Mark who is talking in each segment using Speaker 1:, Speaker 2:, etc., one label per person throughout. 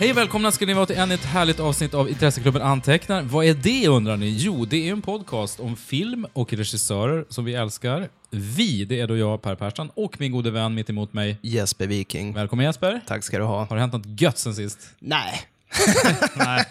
Speaker 1: Hej och välkomna ska ni vara till ännu ett härligt avsnitt av Intresseklubben Antecknar. Vad är det undrar ni? Jo, det är en podcast om film och regissörer som vi älskar. Vi, det är då jag, Per Persson, och min gode vän mitt emot mig.
Speaker 2: Jesper Viking.
Speaker 1: Välkommen Jesper!
Speaker 2: Tack ska du ha.
Speaker 1: Har det hänt något gött sen sist?
Speaker 2: Nej.
Speaker 1: Nej.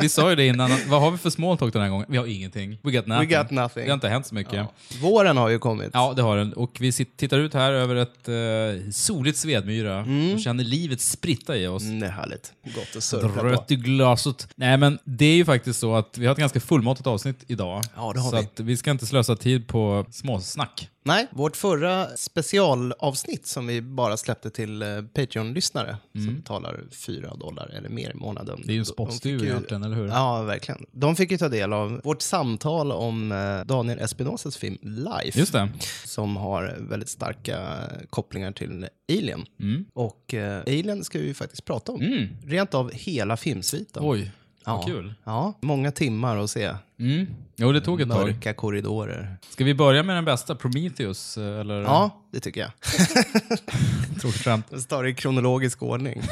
Speaker 1: Vi sa ju det innan, att vad har vi för small talk den här gången? Vi har ingenting. We got nothing.
Speaker 2: got nothing.
Speaker 1: Det har inte hänt så mycket. Ja,
Speaker 2: Våren har ju kommit.
Speaker 1: det har den. Och vi sit- tittar ut här över ett eh, soligt Svedmyra och känner livet spritta i oss.
Speaker 2: Mm, det är härligt. Gott att surfa på.
Speaker 1: Rött i glaset. Nej, men det är ju faktiskt så att vi har ett ganska fullmatat avsnitt idag.
Speaker 2: Ja, det har
Speaker 1: så
Speaker 2: vi.
Speaker 1: att vi ska inte slösa tid på småsnack.
Speaker 2: Nej, vårt förra specialavsnitt som vi bara släppte till eh, Patreon-lyssnare som betalar 4 dollar eller mer i månaden.
Speaker 1: Mm. Det är ju en
Speaker 2: De- de
Speaker 1: spottstyver
Speaker 2: fick ju-
Speaker 1: egentligen, eller hur?
Speaker 2: Ja, verkligen. De fick ju ta del av vårt samtal om eh, Daniel Espinosas film Life.
Speaker 1: Just det.
Speaker 2: som har väldigt starka kopplingar till Alien.
Speaker 1: Mm.
Speaker 2: Och eh, Alien ska vi ju faktiskt prata om. Rent av hela filmsviten.
Speaker 1: Oj,
Speaker 2: ja.
Speaker 1: vad kul.
Speaker 2: Ja, många timmar att se.
Speaker 1: Mm. Jo, det tog ett tag.
Speaker 2: Mörka korridorer.
Speaker 1: Ska vi börja med den bästa, Prometheus? eh, Eller?
Speaker 2: Ja, det tycker jag.
Speaker 1: Tråkigt skämt.
Speaker 2: Det står i kronologisk ordning.
Speaker 1: Jo,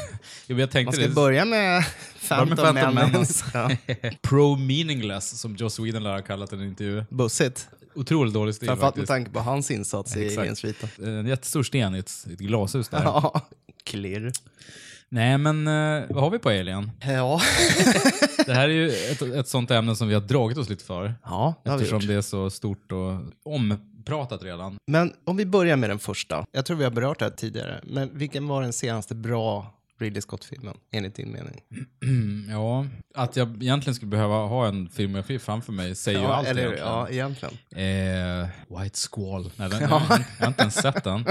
Speaker 1: men jag
Speaker 2: Man
Speaker 1: tänkte
Speaker 2: ska
Speaker 1: det.
Speaker 2: börja med Phantom,
Speaker 1: Phantom Menace.
Speaker 2: Menace. Ja.
Speaker 1: Pro meaningless, som Joss Whedon lär ha kallat den i en intervju.
Speaker 2: Bussigt.
Speaker 1: Otroligt dålig stil
Speaker 2: Framförallt med
Speaker 1: faktiskt.
Speaker 2: tanke på hans insats i
Speaker 1: Exakt.
Speaker 2: Alien-sviten.
Speaker 1: En jättestor sten i ett, i ett glashus där.
Speaker 2: Ja, klirr.
Speaker 1: Nej, men eh, vad har vi på Alien?
Speaker 2: Ja,
Speaker 1: Det här är ju ett, ett sånt ämne som vi har dragit oss lite för.
Speaker 2: ja det har vi
Speaker 1: Eftersom
Speaker 2: gjort.
Speaker 1: det är så stort och ompratat redan.
Speaker 2: Men om vi börjar med den första. Jag tror vi har berört det här tidigare. Men vilken var den senaste bra Ridley Scott-filmen, enligt din mening?
Speaker 1: Ja, att jag egentligen skulle behöva ha en filmografi framför mig säger ju allt
Speaker 2: eller,
Speaker 1: egentligen.
Speaker 2: ja, egentligen.
Speaker 1: Eh, White Squall. Nej, den, jag, har inte ens sett den.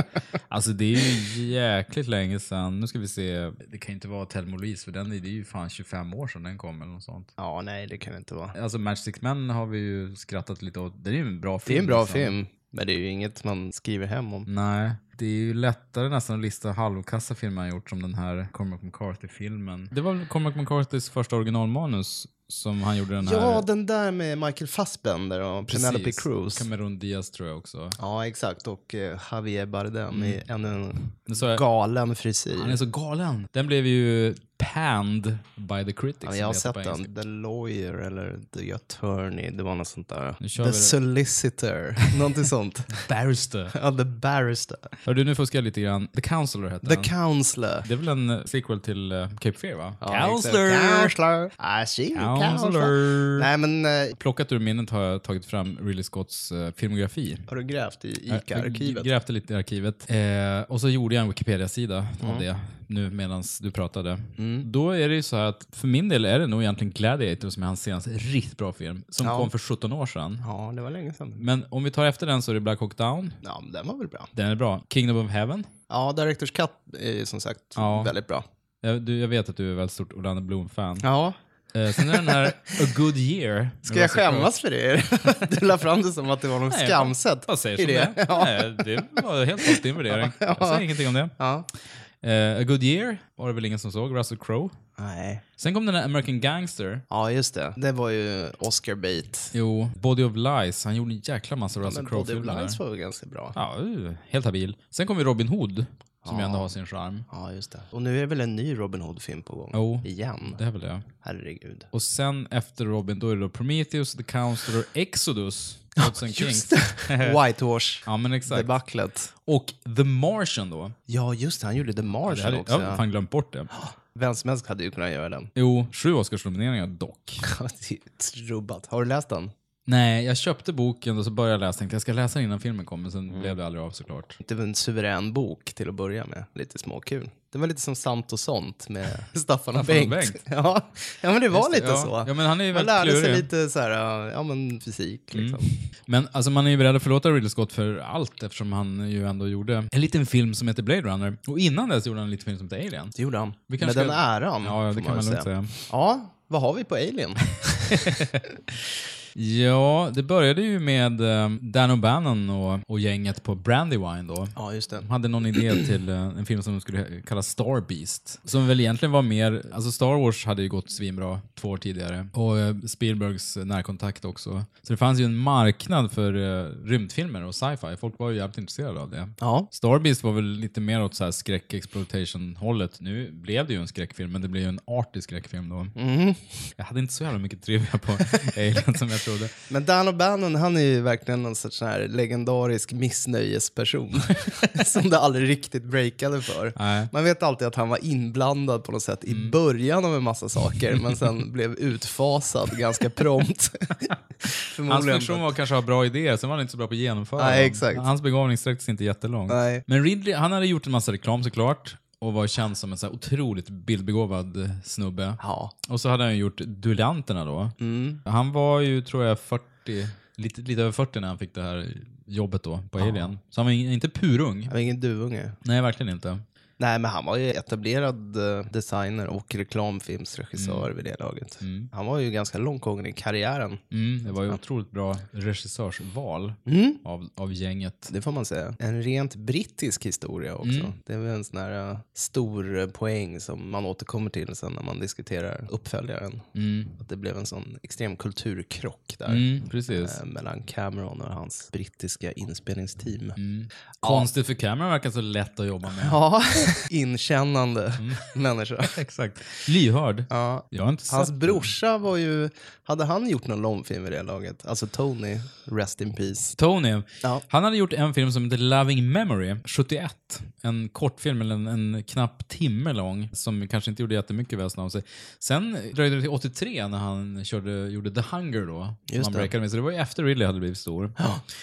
Speaker 1: Alltså det är ju jäkligt länge sedan. Nu ska vi se. Det kan ju inte vara Thelma och Louise för den är det är ju fan 25 år sedan den kom eller något sånt.
Speaker 2: Ja, nej, det kan det inte vara.
Speaker 1: Alltså Match Six Men har vi ju skrattat lite åt. Det är ju en bra film.
Speaker 2: Det är en bra
Speaker 1: liksom. Mm.
Speaker 2: film, men det är ju inget man skriver hem om.
Speaker 1: Nej, det är ju lättare nästan att lista halvkassa filmer han gjort som den här Cormac McCarthy-filmen. Det var väl Cormac McCarthys första originalmanus som han gjorde den här...
Speaker 2: Ja, den där med Michael Fassbender och Penelope
Speaker 1: Precis.
Speaker 2: Cruz.
Speaker 1: Cameron Diaz tror jag också.
Speaker 2: Ja, exakt. Och eh, Javier Bardem i ännu en
Speaker 1: Nu sa jag,
Speaker 2: galen
Speaker 1: Mm. han är liksom
Speaker 2: frisyr.
Speaker 1: så galen. Den blev ju panned by the critics.
Speaker 2: Ja,
Speaker 1: som
Speaker 2: jag har
Speaker 1: det heter
Speaker 2: sett
Speaker 1: på engelska.
Speaker 2: den. The Lawyer eller The Attorney. Det var något sånt där.
Speaker 1: Nu kör vi
Speaker 2: The
Speaker 1: det.
Speaker 2: Solicitor. Någonting sånt.
Speaker 1: Barrister.
Speaker 2: Ja, The Barrister.
Speaker 1: Hör du, nu fuskar jag lite grann. The Counselor heter
Speaker 2: The
Speaker 1: den.
Speaker 2: Counselor.
Speaker 1: det är väl en eh, sequel till eh, Cape Fear va?
Speaker 2: Ja, exakt. Counselor. Ah, I see you, counselor.
Speaker 1: Counselor!
Speaker 2: Nej, men eh,
Speaker 1: Plockat ur minnet har jag tagit fram Ridley Scotts eh, filmografi.
Speaker 2: har du grävt i
Speaker 1: Eh, Jag
Speaker 2: ICA-arkivet?
Speaker 1: grävde lite i arkivet. Eh, och så gjorde jag en Wikipedia-sida av det nu medan du pratade.
Speaker 2: Mm.
Speaker 1: Då är det ju så här att för min del är det nog egentligen Gladiator som är hans senaste riktigt bra film. Som kom för 17 år sedan.
Speaker 2: Ja, det var länge sedan.
Speaker 1: Men om vi tar efter den så är det Black Hawk Down.
Speaker 2: Ja, men den var väl bra.
Speaker 1: Den är bra. Kingdom of Heaven.
Speaker 2: Ja, Directors Cut är ju som sagt
Speaker 1: Ja.
Speaker 2: väldigt bra.
Speaker 1: Jag, du, jag vet att du är väldigt stort Orlando Bloom-fan.
Speaker 2: Ja.
Speaker 1: Eh, sen är den här A Good Year.
Speaker 2: Ska jag skämmas för det? Du la fram det som att det var någon
Speaker 1: Nej,
Speaker 2: skamset
Speaker 1: Vad säger
Speaker 2: i
Speaker 1: som det?
Speaker 2: det. Ja.
Speaker 1: Nej, det var helt klart din värdering. Jag säger ingenting om det.
Speaker 2: Ja.
Speaker 1: Eh, A Good Year var det väl ingen som såg. Russell Crowe.
Speaker 2: Nej.
Speaker 1: Sen kom den här American Gangster.
Speaker 2: Ja, just det. Det var ju Oscar bait.
Speaker 1: Jo, Body of Lies. Han gjorde en jäkla massa Russell
Speaker 2: Men Body of
Speaker 1: Crowe-filmer. där.
Speaker 2: Lies var väl ganska bra.
Speaker 1: Alltså Ja, uh, helt habil. Sen kom ju Robin Hood, som ju ändå har sin charm.
Speaker 2: Ja, just det. Och nu är det väl en ny Robin Hood-film på gång?
Speaker 1: Jo.
Speaker 2: Igen.
Speaker 1: Det är väl det.
Speaker 2: Herregud.
Speaker 1: Och sen efter Robin, då är det då Prometheus, The Counselor, Exodus, Gods and Kings.
Speaker 2: Whitewash.
Speaker 1: Ja, men exakt.
Speaker 2: Debaclet.
Speaker 1: Och The Martian då.
Speaker 2: Ja, just det. Han gjorde The
Speaker 1: Det
Speaker 2: Martian
Speaker 1: hade, jag
Speaker 2: också.
Speaker 1: har fan glömt bort det.
Speaker 2: Vem som helst hade ju kunnat göra den.
Speaker 1: Jo, sju Oscarsnomineringar dock.
Speaker 2: Det är Trubbat. Har du läst den?
Speaker 1: Nej, jag köpte boken och så började jag läsa. Tänkte jag ska läsa den innan filmen kom, men sen
Speaker 2: Mm.
Speaker 1: blev det aldrig av såklart.
Speaker 2: Det var typ en suverän bok till att börja med. Lite småkul. Det var lite som Sant och sånt med Staffan och
Speaker 1: Staffan
Speaker 2: Bengt.
Speaker 1: och Bengt.
Speaker 2: Ja. ja, men det var
Speaker 1: Just det,
Speaker 2: lite
Speaker 1: ja.
Speaker 2: så.
Speaker 1: Ja, men han är ju
Speaker 2: Man
Speaker 1: väldigt Mm.
Speaker 2: lärde sig
Speaker 1: klurig.
Speaker 2: lite så här, ja men fysik liksom.
Speaker 1: Men alltså man är ju beredd att förlåta Ridley Scott för allt eftersom han ju ändå gjorde en liten film som heter Blade Runner. Och innan dess gjorde han en liten film som heter Alien.
Speaker 2: Det gjorde han.
Speaker 1: Vi
Speaker 2: Med
Speaker 1: kanske
Speaker 2: den
Speaker 1: ska-
Speaker 2: äran.
Speaker 1: Ja, det
Speaker 2: Mm, får
Speaker 1: kan man
Speaker 2: väl
Speaker 1: lugnt säga.
Speaker 2: Ja, vad har vi på Alien?
Speaker 1: Ja, det började ju med eh, Dan O'Bannon och, och gänget på Brandywine då.
Speaker 2: Ja, just det.
Speaker 1: De hade någon idé till eh, en film som de skulle kalla Star Beast. Som väl egentligen var mer, alltså Star Wars hade ju gått svinbra två år tidigare. Och eh, Spielbergs närkontakt också. Så det fanns ju en marknad för eh, rymdfilmer och sci-fi. Folk var ju jävligt intresserade av det.
Speaker 2: Ja,
Speaker 1: Star Beast var väl lite mer åt så här skräck-exploitation-hållet. Nu blev det ju en skräckfilm, men det blev ju en artig skräckfilm då.
Speaker 2: Mm.
Speaker 1: Jag hade inte så jävla mycket trivia på Alien som jag trodde.
Speaker 2: men Dan O'Bannon han är ju verkligen någon sorts sån här legendarisk missnöjesperson som det aldrig riktigt breakade för.
Speaker 1: Nej.
Speaker 2: Man vet alltid att han var inblandad på något sätt i början av en massa saker men sen blev utfasad ganska prompt.
Speaker 1: Hans
Speaker 2: Förmodligen.
Speaker 1: funktion var att kanske att ha bra idéer, sen var han inte så bra på att genomföra
Speaker 2: Nej,
Speaker 1: dem.
Speaker 2: exakt.
Speaker 1: Hans begåvning sträckte sig inte jättelångt.
Speaker 2: Nej.
Speaker 1: Men Ridley, han hade gjort en massa reklam såklart och var känd som en så här otroligt bildbegåvad snubbe.
Speaker 2: Ja.
Speaker 1: Och så hade han ju gjort Duellanterna då.
Speaker 2: Mm.
Speaker 1: Han var ju, tror jag, 40, lite, lite över 40 när han fick det här jobbet då på Alien. Så han var in- inte purung.
Speaker 2: Han var ingen duvunge.
Speaker 1: Nej, verkligen inte.
Speaker 2: Nej, men han var ju etablerad eh, designer och reklamfilmsregissör vid det laget. Han var ju ganska långt gången i karriären.
Speaker 1: Mm, det var ju otroligt bra regissörsval
Speaker 2: Mm.
Speaker 1: av, av gänget.
Speaker 2: Det får man säga. En rent brittisk historia också. Det är väl en sån här eh, stor eh, poäng som man återkommer till sen när man diskuterar uppföljaren. Att det blev en sån extrem kulturkrock där.
Speaker 1: Mm, precis.
Speaker 2: eh, Mellan Cameron och hans brittiska inspelningsteam.
Speaker 1: Mm. Konstigt för kameran verkar så lätt att jobba med.
Speaker 2: Ja, inkännande människa.
Speaker 1: Mm. Exakt. Lyhörd.
Speaker 2: Ja.
Speaker 1: Jag har inte sett
Speaker 2: Hans brorsa var ju... Hade han gjort någon långfilm i det laget? Alltså Tony, Rest in Peace.
Speaker 1: Tony.
Speaker 2: Ja.
Speaker 1: Han hade gjort en film som heter Loving Memory, 71. En kortfilm, eller en, en knapp timme lång, som kanske inte gjorde jättemycket väsen av sig. Sen dröjde det till 83 när han körde, gjorde The Hunger då.
Speaker 2: Just
Speaker 1: man
Speaker 2: det.
Speaker 1: breakade med. Så det var ju efter Ridley hade blivit stor.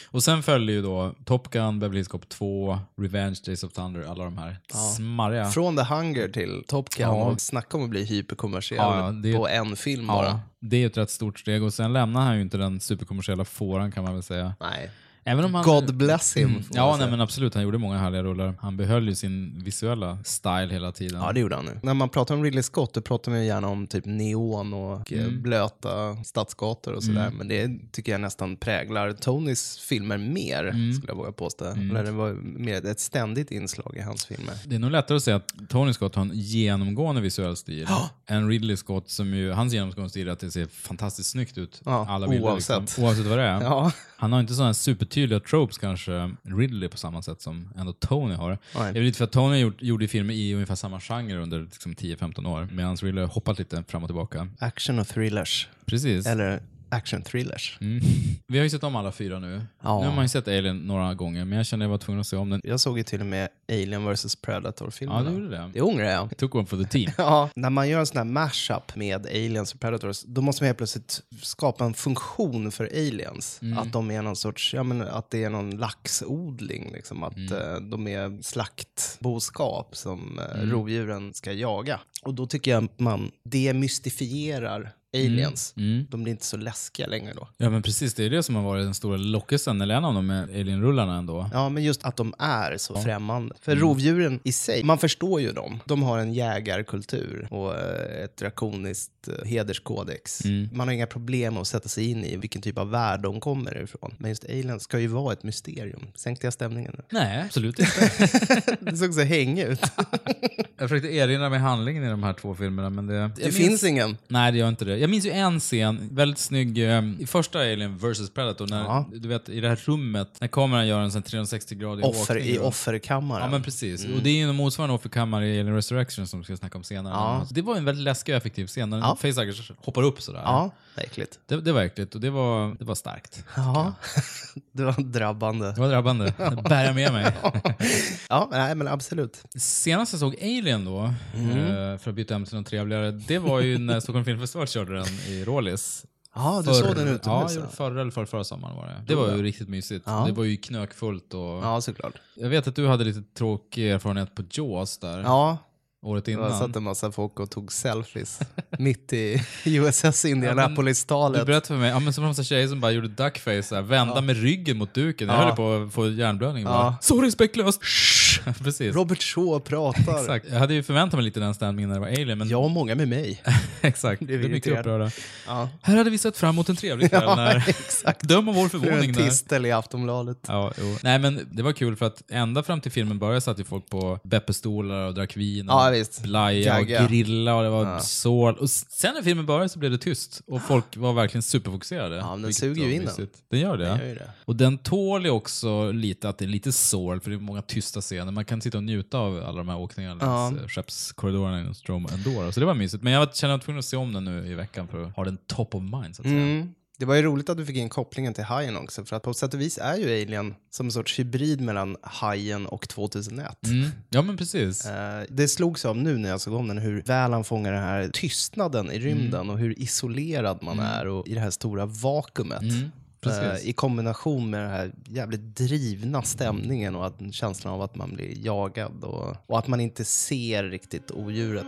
Speaker 1: Och sen följde ju då Top Gun, Beverly Hills Cop 2, Revenge, Days of Thunder, alla de här smarriga.
Speaker 2: Från The Hunger till Top Gun.
Speaker 1: Ja.
Speaker 2: Och snacka om att bli hyperkommersiell
Speaker 1: Ja, ja, det-
Speaker 2: på en film
Speaker 1: Ja,
Speaker 2: bara.
Speaker 1: det är ju ett rätt stort steg och sen lämnar han ju inte den superkommersiella fåran kan man väl säga.
Speaker 2: Nej.
Speaker 1: Även om han...
Speaker 2: God bless him. får man
Speaker 1: Mm. Ja,
Speaker 2: säga.
Speaker 1: nej, men absolut. Han gjorde många härliga rullar. Han behöll ju sin visuella style hela tiden.
Speaker 2: Ja, det gjorde han nu. När man pratar om Ridley Scott, då pratar man ju gärna om typ neon och eh, blöta stadsgator och sådär. Men det tycker jag nästan präglar Tonys filmer mer, skulle jag våga påstå. Eller det var mer ett ständigt inslag i hans filmer.
Speaker 1: Det är nog lättare att säga att Tony Scott har en genomgående visuell stil än Ridley Scott, som ju, hans genomgående stil är att det ser fantastiskt snyggt ut.
Speaker 2: Ja,
Speaker 1: alla bilder,
Speaker 2: oavsett.
Speaker 1: Liksom, oavsett vad det är.
Speaker 2: Ja,
Speaker 1: Han har inte sådana supertydliga tropes kanske, Ridley på samma sätt som ändå Tony har. Det är väl lite för att Tony gjort, gjorde filmer i ungefär samma genre under liksom 10-15 år, medan Ridley har hoppat lite fram och tillbaka.
Speaker 2: action och thrillers.
Speaker 1: Precis.
Speaker 2: Eller action thrillers.
Speaker 1: Vi har ju sett om alla fyra nu.
Speaker 2: Ja.
Speaker 1: Nu har man ju sett Alien några gånger, men jag kände jag var tvungen att se om den.
Speaker 2: Jag såg ju till och med Alien vs
Speaker 1: Ja, du
Speaker 2: Predator-filmerna.
Speaker 1: gjorde det.
Speaker 2: det ångrar jag.
Speaker 1: Took one for the team.
Speaker 2: Ja, när man gör en sån här mashup med aliens och predators, då måste man helt plötsligt skapa en funktion för aliens. Att de är någon sorts, ja men att det är någon laxodling, liksom. att eh, de är slaktboskap som eh, rovdjuren ska jaga. Och då tycker jag att man demystifierar aliens. De blir inte så läskiga längre då.
Speaker 1: Ja, men precis. Det är det som har varit den stora lockelsen, eller en av de med Alien-rullarna ändå.
Speaker 2: Ja, men just att de är så främmande. För
Speaker 1: Mm.
Speaker 2: rovdjuren i sig, man förstår ju dem. De har en jägarkultur och eh, ett drakoniskt eh, hederskodex.
Speaker 1: Mm.
Speaker 2: Man har inga problem att sätta sig in i vilken typ av värld de kommer ifrån. Men just aliens ska ju vara ett mysterium. Sänkte jag stämningen nu?
Speaker 1: Nej, absolut inte.
Speaker 2: Det såg så hängig ut.
Speaker 1: jag försökte erinra mig handlingen i de här två filmerna, men det... Jag
Speaker 2: Det
Speaker 1: minns-
Speaker 2: finns ingen.
Speaker 1: Nej, det gör inte det. Jag minns ju en scen, väldigt snygg, eh, i första Alien vs Predator, när,
Speaker 2: Ja.
Speaker 1: du vet, i det här rummet, när kameran gör en sån 360-gradig
Speaker 2: Offer
Speaker 1: åkning.
Speaker 2: i
Speaker 1: då.
Speaker 2: offerkammaren.
Speaker 1: Ja, men precis. Och det är ju en motsvarande offerkammare i Alien Resurrection som vi ska snacka om senare. Alltså, Det var en väldigt läskig och effektiv scen, när ja. Facehuggers hoppar upp sådär.
Speaker 2: Ja, det är äckligt.
Speaker 1: Det, det var äckligt och det var, det var starkt.
Speaker 2: Ja, det var drabbande.
Speaker 1: Det var drabbande. Det bär jag med mig.
Speaker 2: Ja, nej men absolut.
Speaker 1: Senast jag såg Alien då,
Speaker 2: Mm.
Speaker 1: eh, för att byta ämne till något trevligare, det var ju när Stockholm Film Festival körde den i Rålis.
Speaker 2: Ja, du
Speaker 1: Förr-
Speaker 2: såg den
Speaker 1: Ja,
Speaker 2: utomhus?
Speaker 1: jag
Speaker 2: Ja,
Speaker 1: gjorde förra eller förra, förra sommaren var det. Det var ju riktigt mysigt. Det var ju knökfullt och...
Speaker 2: ja, såklart.
Speaker 1: Jag vet att du hade lite tråkig erfarenhet på Jaws där,
Speaker 2: Ja,
Speaker 1: året
Speaker 2: Det
Speaker 1: innan.
Speaker 2: satt en massa folk och tog selfies mitt i USS
Speaker 1: Du
Speaker 2: Indianapolis-talet.
Speaker 1: berättade för mig, ja, men så var det en sån tjej som bara gjorde duckface, så här, vända med ryggen mot duken. Jag höll på att få hjärnblödning. Bara, så respektlöst! Shh! Precis.
Speaker 2: Robert Shaw pratar.
Speaker 1: Exakt. Jag hade ju förväntat mig lite den stämningen när det var Alien, men
Speaker 2: Jag och många med mig.
Speaker 1: exakt. Det
Speaker 2: Blev
Speaker 1: är mycket
Speaker 2: irriterad.
Speaker 1: upprörda.
Speaker 2: Ja,
Speaker 1: Här hade vi sett fram emot en trevlig kväll när...
Speaker 2: exakt.
Speaker 1: Döm av vår
Speaker 2: Det är
Speaker 1: förvåning
Speaker 2: en
Speaker 1: när...
Speaker 2: tistel i Aftonbladet.
Speaker 1: Ja, jo. Nej, men det var kul för att ända fram till filmen började satt ju folk på Beppestolar och drack vin och
Speaker 2: Ja, visst.
Speaker 1: blaja och
Speaker 2: Jagga.
Speaker 1: grilla och det var sål. Och s- sen när filmen började så blev det tyst och folk var verkligen superfokuserade.
Speaker 2: Ah. men den
Speaker 1: vilket
Speaker 2: suger
Speaker 1: var
Speaker 2: ju in den.
Speaker 1: mysigt. Den gör det.
Speaker 2: Jag gör ju det.
Speaker 1: Och den tål ju också lite att det är lite sål, för det är många tysta scener. Man kan sitta och njuta av alla de här åkningarna
Speaker 2: Ja.
Speaker 1: längs eh, skeppskorridorerna inom Strom ändå. då. Så det var mysigt. Men jag känner att jag var tvungen att se om den nu i veckan för att ha den top of mind, så att säga.
Speaker 2: Mm. Det var ju roligt att du fick in kopplingen till Hajen också, för att på sätt och vis är ju Alien som en sorts hybrid mellan Hajen och 2001.
Speaker 1: Mm. Ja, men precis.
Speaker 2: Eh, Det slogs av nu när jag såg om den hur väl han fångar den här tystnaden i rymden
Speaker 1: Mm.
Speaker 2: och hur isolerad man är och i det här stora vakuumet.
Speaker 1: Mm. Precis.
Speaker 2: Eh, I kombination med den här jävligt drivna stämningen och att, känslan av att man blir jagad och, och att man inte ser riktigt odjuret.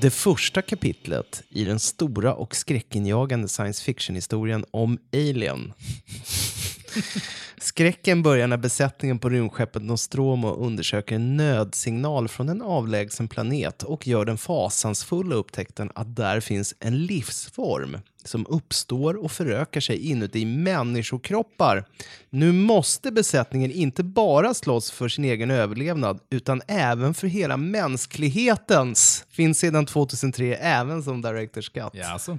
Speaker 2: Det första kapitlet i den stora och skräckinjagande science fiction-historien om Alien. Skräcken börjar när besättningen på rymdskeppet Nostromo undersöker en nödsignal från en avlägsen planet och gör den fasansfulla upptäckten att där finns en livsform som uppstår och förökar sig inuti människokroppar. Nu måste besättningen inte bara slåss för sin egen överlevnad utan även för hela mänsklighetens. Finns sedan 2003 även som Directors Cut.
Speaker 1: Ja, alltså.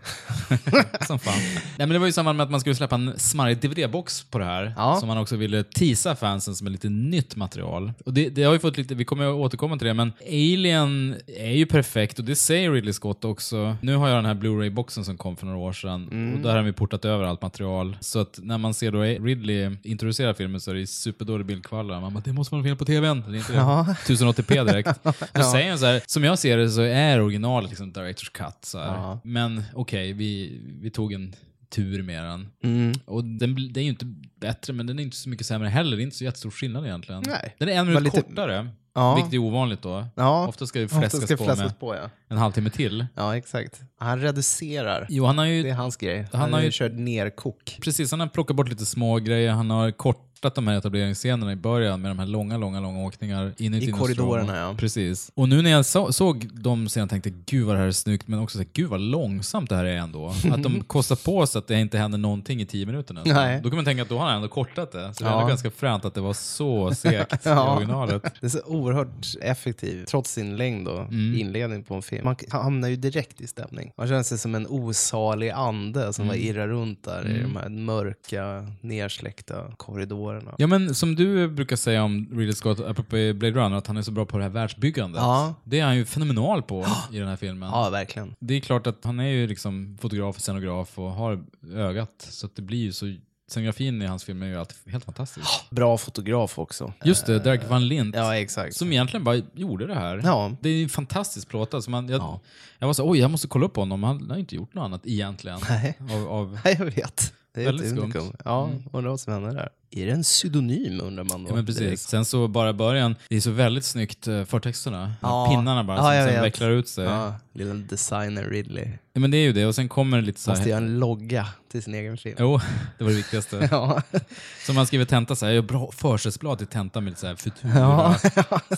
Speaker 1: som fan. Nej, men det var ju i samband med att man skulle släppa en smarrig DVD-box på det här,
Speaker 2: Ja.
Speaker 1: som man också ville tisa fansen som ett lite nytt material. Och det, det har ju fått lite, vi kommer att återkomma till det, men Alien är ju perfekt och det säger Ridley Scott också. Nu har jag den här Blu-ray-boxen som kom för några år sedan
Speaker 2: Mm.
Speaker 1: och där har vi portat över allt material. Så att när man ser då Ridley introducera filmen så är det superdålig bildkvalitet. Man bara, det måste vara fel på TVn. Det är inte det. 1080p direkt. Då säger han så här, som jag ser det så är originalet liksom Directors Cut. Så här.
Speaker 2: Ja.
Speaker 1: Men okej, vi, vi tog en tur med den.
Speaker 2: Mm.
Speaker 1: Och den, bl- den är ju inte bättre, men den är inte så mycket sämre heller. Det är inte så jättestor skillnad egentligen.
Speaker 2: Nej.
Speaker 1: Den är en
Speaker 2: Var
Speaker 1: minut
Speaker 2: lite-
Speaker 1: kortare,
Speaker 2: Ja.
Speaker 1: vilket är ovanligt då.
Speaker 2: Ja.
Speaker 1: Ofta ska det
Speaker 2: Ofta
Speaker 1: fläskas
Speaker 2: ska
Speaker 1: på
Speaker 2: fläskas
Speaker 1: med
Speaker 2: på ja.
Speaker 1: en halvtimme till.
Speaker 2: Ja, exakt. Han reducerar.
Speaker 1: Jo, han har ju
Speaker 2: Det är hans grej. Han,
Speaker 1: har
Speaker 2: har
Speaker 1: ju-
Speaker 2: ju kört ner kok.
Speaker 1: Precis, han har plockat bort lite små grejer. Han har kortat de här etableringsscenerna i början med de här långa, långa, långa åkningar inuti
Speaker 2: I
Speaker 1: Nostromo.
Speaker 2: korridorerna, ja.
Speaker 1: Precis. Och nu när jag så, såg de scenerna tänkte jag, gud vad det här är snyggt, men också så här, gud vad långsamt det här är ändå. Att de kostar på sig att det inte händer någonting i tio minuter nästan.
Speaker 2: Nej.
Speaker 1: Då kan man tänka att då har han ändå kortat det. Så det är
Speaker 2: Ja.
Speaker 1: ändå ganska fränt att det var så segt i
Speaker 2: Ja.
Speaker 1: originalet.
Speaker 2: Det är så oerhört effektiv, trots sin längd och
Speaker 1: Mm.
Speaker 2: inledning på en film. Man hamnar ju direkt i stämning. Man känner sig som en osalig ande som bara
Speaker 1: Mm.
Speaker 2: irrar runt där i de här mörka, nersläckta korridorerna.
Speaker 1: Ja men som du brukar säga om Ridley Scott, apropå Blade Runner, att han är så bra på det här världsbyggandet.
Speaker 2: Ja.
Speaker 1: Det är han ju fenomenal på i den här filmen.
Speaker 2: Ja, verkligen.
Speaker 1: Det är klart att han är ju liksom fotograf och scenograf och har ögat. Så att det blir ju så... Scenografin i hans film är ju alltid helt fantastisk.
Speaker 2: Bra fotograf också.
Speaker 1: Just det, Dirk van Lint.
Speaker 2: Ja, exakt.
Speaker 1: som egentligen bara gjorde det här.
Speaker 2: Ja.
Speaker 1: Det är en fantastisk plåta. Alltså man, jag,
Speaker 2: Ja.
Speaker 1: jag var så oj jag måste kolla upp honom. Han har inte gjort något annat egentligen.
Speaker 2: Nej.
Speaker 1: Av, av,
Speaker 2: Nej, jag vet. Det är
Speaker 1: Väldigt
Speaker 2: ett
Speaker 1: skumt. Mm.
Speaker 2: unikum. Ja, undrar vad som händer där. Är det en pseudonym undrar man då.
Speaker 1: ja, men precis.
Speaker 2: direkt.
Speaker 1: Sen så bara början, det är så väldigt snyggt eh, förtexterna.
Speaker 2: Ja.
Speaker 1: Pinnarna bara
Speaker 2: Ja, jag
Speaker 1: som sen
Speaker 2: vet.
Speaker 1: vecklar ut sig. Ja.
Speaker 2: Ja, lilla designer Ridley.
Speaker 1: men det är ju det. Och sen kommer det lite så
Speaker 2: Måste
Speaker 1: här...
Speaker 2: göra en logga till sin egen film.
Speaker 1: Jo, det var det viktigaste.
Speaker 2: Ja.
Speaker 1: Som man skriver tenta så här, jag har bra försättsblad till tenta med lite så här futura.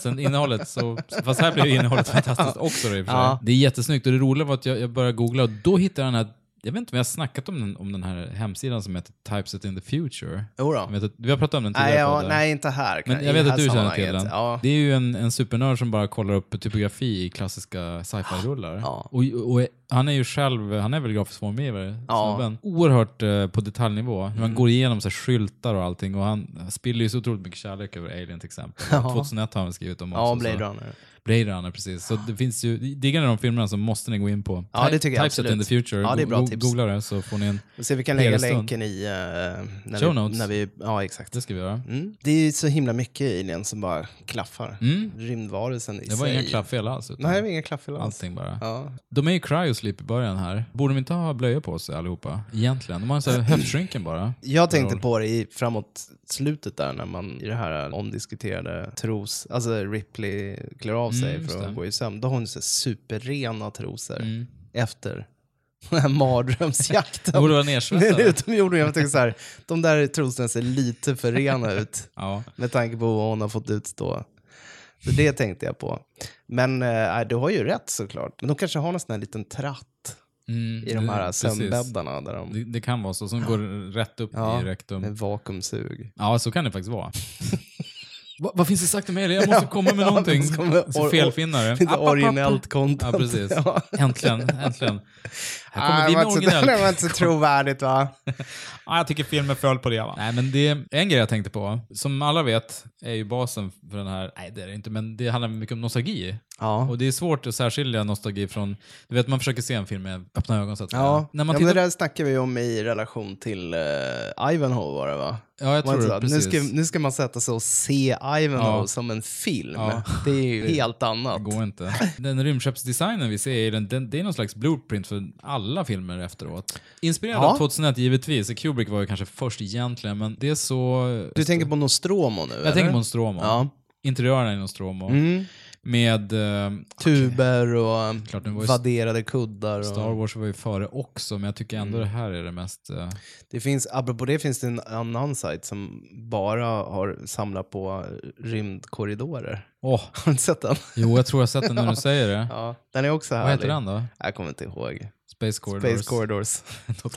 Speaker 1: Sen innehållet så, fast här blir ju innehållet fantastiskt också då, i och för sig.
Speaker 2: Ja.
Speaker 1: Det är jättesnyggt och det roliga var att jag, jag började googla och då hittade jag den här Jag vet inte om jag har snackat om den, om den här hemsidan som heter Typeset in the Future.
Speaker 2: Jodå.
Speaker 1: Jag vet att, vi har pratat om den
Speaker 2: Nej,
Speaker 1: tidigare.
Speaker 2: ja,
Speaker 1: poddar.
Speaker 2: nej, inte här.
Speaker 1: Men
Speaker 2: Eh, i
Speaker 1: jag vet
Speaker 2: det
Speaker 1: att
Speaker 2: här
Speaker 1: du känner till
Speaker 2: sammanhanget.
Speaker 1: den.
Speaker 2: Ja.
Speaker 1: Det är ju en, en supernörd som bara kollar upp typografi i klassiska sci-fi-rullar.
Speaker 2: Ja.
Speaker 1: Och, och han är ju själv, han är väl grafisk formgivare,
Speaker 2: Ja. Mm.
Speaker 1: snubben. Oerhört eh, på detaljnivå. Hur han går igenom så här, skyltar och allting. Och han spiller ju så otroligt mycket kärlek över Alien till exempel.
Speaker 2: Ja.
Speaker 1: 2001 har han skrivit om också.
Speaker 2: Ja, Blade
Speaker 1: så.
Speaker 2: Runner.
Speaker 1: Blade Runner, precis. Så det finns ju, diggar ni de filmerna så måste ni gå in på
Speaker 2: Ja, det
Speaker 1: Ty-
Speaker 2: tycker jag
Speaker 1: Typeset
Speaker 2: absolut.
Speaker 1: in the future.
Speaker 2: Ja, det är bra
Speaker 1: Go- go-
Speaker 2: tips.
Speaker 1: Googla det så får ni en...
Speaker 2: Vi ser, vi kan lägga
Speaker 1: Helstund.
Speaker 2: länken i... eh, när
Speaker 1: Show
Speaker 2: vi,
Speaker 1: notes.
Speaker 2: När vi, ja, exakt.
Speaker 1: Det ska vi göra.
Speaker 2: Mm. Det är så himla mycket i Alien som bara klaffar.
Speaker 1: Mm.
Speaker 2: Rymdvarelsen i
Speaker 1: Det var
Speaker 2: sig.
Speaker 1: inga klappfel alls. Utan
Speaker 2: Nej, det var inga klaffel alls.
Speaker 1: allting bara.
Speaker 2: Ja.
Speaker 1: De är ju cryosleep i början här. Borde de inte ha blöjor på sig allihopa? Egentligen. De har så här höftskynken bara.
Speaker 2: Jag tänkte på det i, framåt slutet där när man i det här eh, omdiskuterade tros... Alltså Ripley klär av sig
Speaker 1: Mm,
Speaker 2: för
Speaker 1: just
Speaker 2: att
Speaker 1: det.
Speaker 2: gå i sömn. Då har hon så här superrena trosor
Speaker 1: Mm.
Speaker 2: efter den här mardrömsjakten.
Speaker 1: De borde vara
Speaker 2: Men
Speaker 1: nedsvettade.
Speaker 2: utomjordingar, jag tänkte så här, de där trosorna ser lite för rena ut
Speaker 1: Ja.
Speaker 2: med tanke på vad hon har fått utstå. Så det tänkte jag på. Men eh, du har ju rätt såklart. Men de kanske har någon sån här liten tratt
Speaker 1: Mm.
Speaker 2: i de här
Speaker 1: Precis.
Speaker 2: sömnbäddarna där de,
Speaker 1: Det, det kan vara så, som går rätt upp
Speaker 2: Ja.
Speaker 1: i rektum.
Speaker 2: med vakuumsug.
Speaker 1: Ja, så kan det faktiskt vara. Va, vad finns det sagt om er? Jag måste komma med
Speaker 2: Ja,
Speaker 1: någonting.
Speaker 2: det ska vara or-
Speaker 1: Så felfinnare. App,
Speaker 2: Lite
Speaker 1: app, app.
Speaker 2: originellt content.
Speaker 1: Ja, precis.
Speaker 2: Ja.
Speaker 1: Äntligen, äntligen. Här
Speaker 2: Nej,
Speaker 1: kommer vi
Speaker 2: det
Speaker 1: med
Speaker 2: var inte så- Det var
Speaker 1: originellt.
Speaker 2: inte så trovärdigt va?
Speaker 1: Ja, jag tycker filmen föll på det. Va? Nej, men det är en grej jag tänkte på. Som alla vet är ju basen för den här, nej det är det inte, men det handlar mycket om nostalgi.
Speaker 2: Ja.
Speaker 1: Och det är svårt att särskilja nostalgi från, du vet man försöker se en film med öppna ögon så att
Speaker 2: Ja,
Speaker 1: När man
Speaker 2: ja men det
Speaker 1: tittar,
Speaker 2: där snackar vi om i relation till eh, Ivanhoe var det va?
Speaker 1: ja jag
Speaker 2: Var
Speaker 1: tror
Speaker 2: inte
Speaker 1: det,
Speaker 2: så? nu,
Speaker 1: precis.
Speaker 2: ska, nu ska man sätta sig och se Ivanhoe
Speaker 1: Ja.
Speaker 2: som en film.
Speaker 1: Ja.
Speaker 2: Det är ju helt annat.
Speaker 1: Det går inte. Den rymdskeppsdesignen vi ser, är den, den, det är någon slags blueprint för alla filmer efteråt. Inspirerad
Speaker 2: Ja.
Speaker 1: av 2001 givetvis, Kubrick var ju kanske först egentligen, men det är så...
Speaker 2: Du tänker på Nostromo nu? eller?
Speaker 1: jag tänker på Nostromo.
Speaker 2: Ja.
Speaker 1: Interiörerna i Nostromo.
Speaker 2: Mm.
Speaker 1: Med... eh,
Speaker 2: Tuber och
Speaker 1: Klart, den var ju-
Speaker 2: vadderade kuddar. Och...
Speaker 1: Star Wars var ju före också, men jag tycker ändå
Speaker 2: Mm.
Speaker 1: det här är det mest... eh,
Speaker 2: Det finns, apropå det finns det en annan sajt som bara har samlat på rymdkorridorer.
Speaker 1: Åh,
Speaker 2: Har du sett den?
Speaker 1: jo jag tror jag har sett den när du säger det.
Speaker 2: Ja. Den är också härlig.
Speaker 1: Vad heter den då?
Speaker 2: Jag kommer inte ihåg.
Speaker 1: Space Corridors.
Speaker 2: Space Corridors.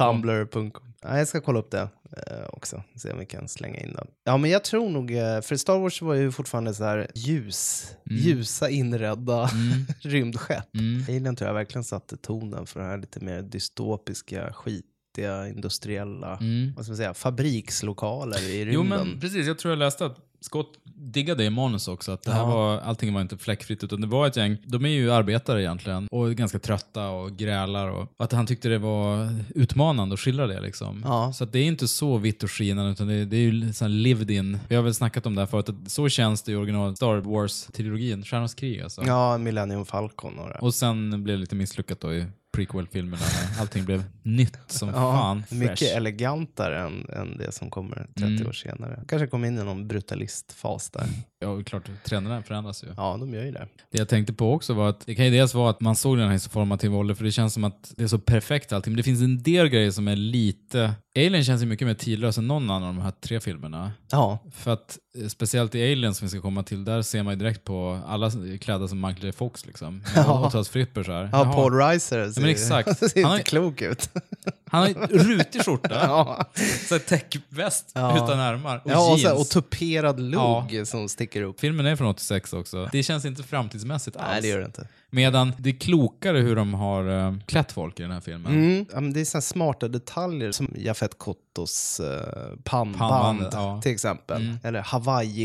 Speaker 2: Tumblr.com. Ja, jag ska kolla upp det eh, också. Se om vi kan slänga in den. Ja, men jag tror nog, eh, för Star Wars var ju fortfarande så här ljus, ljusa inredda rymdskepp.
Speaker 1: Mm.
Speaker 2: Alien tror jag verkligen satte tonen för den här lite mer dystopiska, skitiga, industriella,
Speaker 1: Mm.
Speaker 2: vad ska man säga, fabrikslokaler i rymden.
Speaker 1: Jo men precis, jag tror jag läste att Scott diggade i manus också, att det här
Speaker 2: Ja.
Speaker 1: var, allting var inte fläckfritt utan det var ett gäng, de är ju arbetare egentligen och ganska trötta och grälar och att han tyckte det var utmanande att skildra det liksom.
Speaker 2: Ja.
Speaker 1: Så att det är inte så vitt och skinande utan det, det är ju sån här lived in. Vi har väl snackat om det här förut, att så känns det i original Star Wars-trilogin, Stjärnornas krig alltså.
Speaker 2: Ja, Millennium Falcon och det.
Speaker 1: Och sen blev det lite misslyckat då i prequel-filmerna. när Allting blev nytt som fan.
Speaker 2: mycket
Speaker 1: Fresh. Mm.
Speaker 2: elegantare än, än det som kommer 30 år senare. Kanske kom in i någon brutalistfas där.
Speaker 1: Ja, klart, trenderna förändras ju.
Speaker 2: Ja, de gör ju det.
Speaker 1: Det jag tänkte på också var att det kan ju dels vara att man såg den här i så formativ ålder för det känns som att det är så perfekt allting. Men det finns en del grejer som är lite... Alien känns ju mycket mer tidlös än någon annan av de här tre filmerna.
Speaker 2: Ja,
Speaker 1: För att eh, speciellt i Alien som vi ska komma till, där ser man ju direkt på alla som- klädda som Michael J. Fox liksom.
Speaker 2: Ja.
Speaker 1: Ja. Och fripper så här.
Speaker 2: ja
Speaker 1: Jaha.
Speaker 2: Paul Reiser ser,
Speaker 1: men exakt.
Speaker 2: ser
Speaker 1: Han har-
Speaker 2: inte klok ut.
Speaker 1: Han har ju rutig skjorta,
Speaker 2: ja.
Speaker 1: så här täckväst
Speaker 2: Ja.
Speaker 1: utan ärmar och
Speaker 2: Ja, och,
Speaker 1: jeans.
Speaker 2: så, här- och tuperad lugg som sticker upp.
Speaker 1: Filmen är från 86 också. Det känns inte framtidsmässigt alls.
Speaker 2: Nej, det gör det inte.
Speaker 1: Medan det är klokare hur de har eh, klätt folk i den här filmen.
Speaker 2: Mm. Ja, men det är såna smarta detaljer som Jafet Kottos eh, pannband
Speaker 1: Pannbandet, ja. Mm.
Speaker 2: till exempel. Eller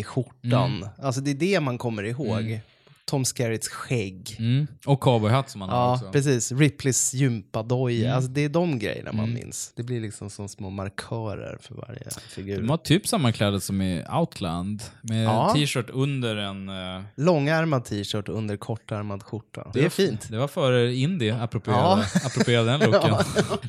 Speaker 2: Hawaii-skjortan. Alltså det är det man kommer ihåg. Tom Skerritts skägg.
Speaker 1: Mm. Och cowboyhatt som han har
Speaker 2: Ja,
Speaker 1: också. Mm.
Speaker 2: precis. Ripleys gympadoja. Alltså det är de grejerna man minns. Det blir liksom som små markörer för varje
Speaker 1: De
Speaker 2: figur.
Speaker 1: har typ samma kläder som i Outland. Med
Speaker 2: Ja.
Speaker 1: t-shirt under en... eh,
Speaker 2: Långärmad t-shirt och under kortärmad skjorta. Det,
Speaker 1: var-
Speaker 2: är fint.
Speaker 1: Det var före indie approprierade, approprierade den looken.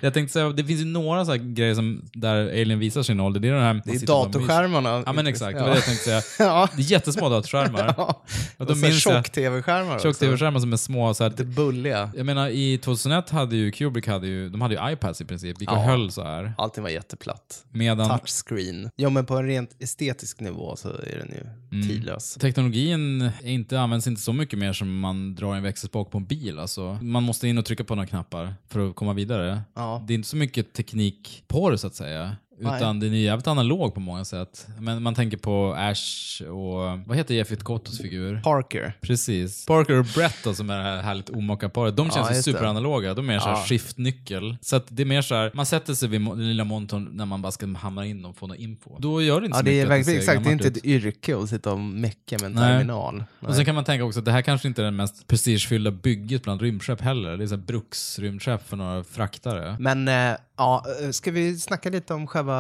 Speaker 1: Jag tänkte säga, det finns ju några så här grejer som, där Alien visar sin ålder. Det är den här...
Speaker 2: Det är datorskärmarna.
Speaker 1: Ja men exakt, det var
Speaker 2: Ja.
Speaker 1: det jag tänkte säga.
Speaker 2: Ja.
Speaker 1: Det är jättesmå datorskärmar.
Speaker 2: Ja.
Speaker 1: Och
Speaker 2: Och
Speaker 1: då
Speaker 2: så här
Speaker 1: minns jag-
Speaker 2: tjock tv-skärmar också.
Speaker 1: Tjock-tv-skärmar som är små så här,
Speaker 2: Lite bulliga.
Speaker 1: Jag menar i 2001 hade ju Kubrick hade ju, de hade ju iPads i princip, gick och
Speaker 2: Ja.
Speaker 1: höll så här.
Speaker 2: Allting var jätteplatt.
Speaker 1: Medan
Speaker 2: Touchscreen. Ja, men på en rent estetisk nivå så är den ju
Speaker 1: Mm.
Speaker 2: tidlös.
Speaker 1: teknologin är inte, används inte så mycket mer som man drar en växelspak på en bil. Alltså. Man måste in och trycka på några knappar för att komma vidare.
Speaker 2: Ja.
Speaker 1: Det är inte så mycket teknikporr så att säga. Utan den är jävligt analog på många sätt. Men man tänker på Ash och, vad heter Jeffrey Kottos figur?
Speaker 2: Parker.
Speaker 1: Precis. Parker och Brett då, som är det här härligt omaka paret, de känns ju
Speaker 2: just det.
Speaker 1: superanaloga. De är mer såhär
Speaker 2: Ja.
Speaker 1: skiftnyckel. Så att det är mer såhär, man sätter sig vid mo- den lilla montorn när man bara ska hamna in och få någon info. Då gör det inte
Speaker 2: Ja,
Speaker 1: så
Speaker 2: det
Speaker 1: mycket
Speaker 2: är
Speaker 1: att
Speaker 2: verkligen,
Speaker 1: ser
Speaker 2: exakt. Det är
Speaker 1: gammalt
Speaker 2: inte
Speaker 1: ut.
Speaker 2: ett yrke att sitta och mecka med en
Speaker 1: Nej.
Speaker 2: terminal.
Speaker 1: Och sen kan man tänka också att det här kanske inte är det mest prestigefyllda bygget bland rymdskepp heller. Det är så här bruksrymdskepp för några fraktare.
Speaker 2: Men eh, ja, ska vi snacka lite om själva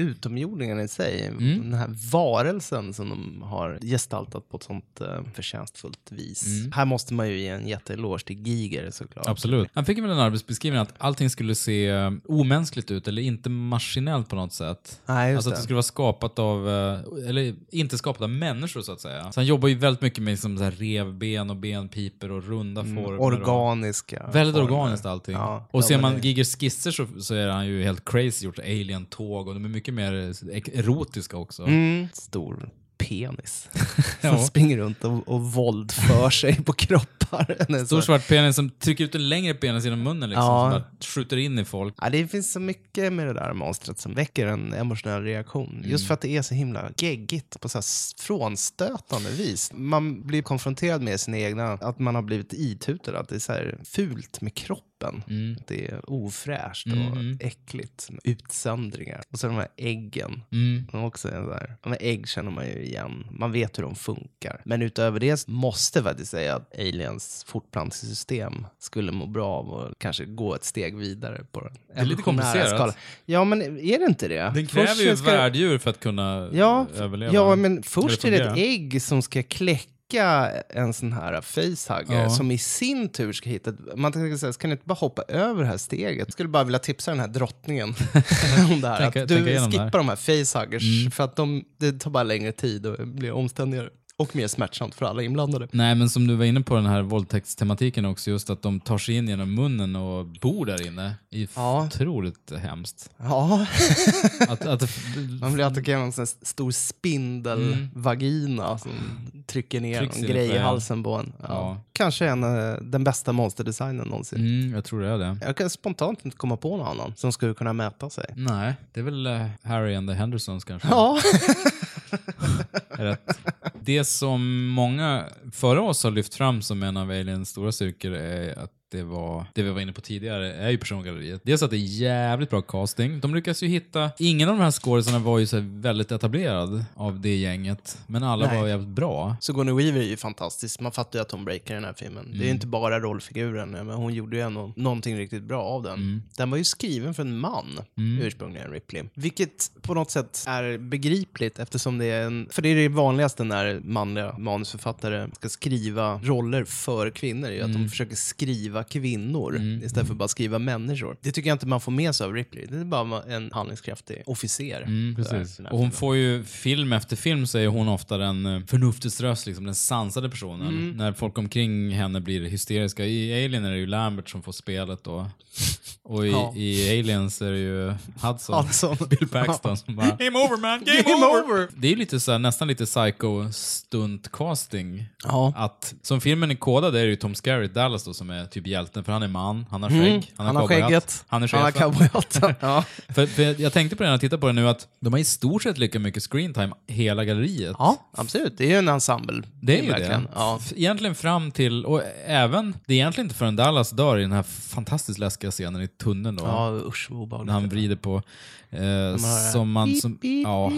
Speaker 2: utomjordingen i sig?
Speaker 1: Mm.
Speaker 2: Den här varelsen som de har gestaltat på ett sånt eh, förtjänstfullt vis.
Speaker 1: Mm.
Speaker 2: Här måste man ju ge en jätteeloge till Giger såklart.
Speaker 1: Absolut. Han fick väl en arbetsbeskrivning att allting skulle se eh, omänskligt ut eller inte maskinellt på något sätt.
Speaker 2: Nej, just
Speaker 1: Alltså att det
Speaker 2: det.
Speaker 1: skulle vara skapat av, eh, eller inte skapat av människor så att säga. Så han jobbar ju väldigt mycket med liksom så här revben och benpipor och runda former. och-
Speaker 2: Organiska.
Speaker 1: Väldigt
Speaker 2: former.
Speaker 1: organiskt allting.
Speaker 2: Mm, Ja,
Speaker 1: och
Speaker 2: ja,
Speaker 1: ser
Speaker 2: men
Speaker 1: man
Speaker 2: det-
Speaker 1: Gigers skisser så, så är han ju helt crazy, gjort alien-tåg och de är mycket mer eh, erotiska också.
Speaker 2: Mm. Stor penis.
Speaker 1: Ja.
Speaker 2: Som springer runt och, och våldför sig på kroppar. Den är
Speaker 1: Stor
Speaker 2: så-
Speaker 1: svart penis som trycker ut en längre penis genom munnen liksom,
Speaker 2: Ja.
Speaker 1: som bara skjuter in i folk.
Speaker 2: Ja, det finns så mycket med det där monstret som väcker en emotionell reaktion. Just för att det är så himla geggigt på så här s- frånstötande vis. Man blir konfronterad med sina egna, att man har blivit itutad, att det är så här fult med kroppen. Att Det är ofräscht och äckligt. Utsöndringar. Och så de här äggen.
Speaker 1: Mm.
Speaker 2: De är också en så här, de här ägg känner man ju igen. Man vet hur de funkar. Men utöver det så måste jag faktiskt säga att aliens fortplantningssystem skulle må bra av att kanske gå ett steg vidare på den
Speaker 1: är lite
Speaker 2: evolutionära
Speaker 1: komplicerat.
Speaker 2: Ja, men är det inte det?
Speaker 1: Den kräver
Speaker 2: Först
Speaker 1: ju
Speaker 2: ska-
Speaker 1: värddjur för att kunna
Speaker 2: ja,
Speaker 1: eh, överleva.
Speaker 2: Ja, men
Speaker 1: Eller
Speaker 2: först är det ett
Speaker 1: fungera.
Speaker 2: ägg som ska kläcka en sån här facehugger
Speaker 1: Ja.
Speaker 2: som i sin tur ska hitta... ett- Man tänker så här, ska ni inte bara hoppa över det här steget? Jag skulle bara vilja tipsa den här drottningen om det här.
Speaker 1: Tänka-
Speaker 2: att
Speaker 1: tänka
Speaker 2: du
Speaker 1: igenom det här. Mm.
Speaker 2: skippar de här facehuggers för att de, det tar bara längre tid och blir omständigare. Och mer smärtsamt för alla inblandade.
Speaker 1: Nej, men som du var inne på den här våldtäktstematiken också, just att de tar sig in genom munnen och bor där inne. Det är
Speaker 2: Ja.
Speaker 1: otroligt hemskt.
Speaker 2: Ja,
Speaker 1: Att, att,
Speaker 2: man blir attackerad av en sån här stor spindelvagina som trycker ner
Speaker 1: Mm. Trycks
Speaker 2: någon
Speaker 1: in
Speaker 2: grej
Speaker 1: för-
Speaker 2: i halsen på en. Ja.
Speaker 1: Ja.
Speaker 2: Kanske en, eh, den bästa monsterdesignen någonsin.
Speaker 1: mm, jag tror det är det.
Speaker 2: Jag kan spontant inte komma på någon annan som skulle kunna mäta sig.
Speaker 1: Nej, det är väl eh, Harry and the Hendersons kanske.
Speaker 2: Ja,
Speaker 1: Är rätt. Det som många före oss har lyft fram som en av aliens stora styrkor är att det var det vi var inne på tidigare, är ju persongalleriet. Dels att det är jävligt bra casting. De lyckas ju hitta, ingen av de här skådisarna var ju så här väldigt etablerad av det gänget, men alla
Speaker 2: Nej.
Speaker 1: var jävligt bra.
Speaker 2: så Sigourney Weaver är ju fantastisk. Man fattar ju att hon breakar den här filmen. Det är ju inte bara rollfiguren, men hon gjorde ju ändå någonting riktigt bra av den. Den var ju skriven för en man, ursprungligen Ripley. Vilket på något sätt är begripligt eftersom det är en... För det är det vanligaste när manliga manusförfattare ska skriva roller för kvinnor, är ju att de försöker skriva kvinnor istället för bara skriva människor. Det tycker jag inte man får med sig av Ripley. Det är bara en handlingskraftig officer.
Speaker 1: Mm. Precis.
Speaker 2: Den här
Speaker 1: Och hon får ju, film efter film så är hon ofta den eh, förnuftets röst, liksom, den sansade personen. När folk omkring henne blir hysteriska. I Alien är det ju Lambert som får spelet då. Och i,
Speaker 2: Ja.
Speaker 1: i Aliens är det ju Hudson.
Speaker 2: Hudson.
Speaker 1: Bill Paxton som bara Game over man, game,
Speaker 2: Game
Speaker 1: over.
Speaker 2: over.
Speaker 1: Det är ju lite så här, nästan lite psycho stunt casting.
Speaker 2: Ja.
Speaker 1: Att, som filmen är kodad är det ju Tom Skerritt, Dallas då, som är typ hjälten för han är man, han har skägg, Mm. han,
Speaker 2: Han har
Speaker 1: cowboyhatt,
Speaker 2: skägget.
Speaker 1: han är
Speaker 2: Mm. Han har
Speaker 1: chefen.
Speaker 2: cowboyhatten. ja.
Speaker 1: För, för jag tänkte på det när jag tittade på det nu att de har i stort sett lika mycket screentime hela galleriet.
Speaker 2: ja, absolut. Det är ju en ensemble.
Speaker 1: Det är ju
Speaker 2: Verkligen.
Speaker 1: det.
Speaker 2: Ja.
Speaker 1: F- Egentligen fram till, och även, det är egentligen inte förrän Dallas dör i den här fantastiskt läskiga scenen i tunneln då.
Speaker 2: ja, usch vad obehagligt.
Speaker 1: När han vrider på, eh, som man som, ja,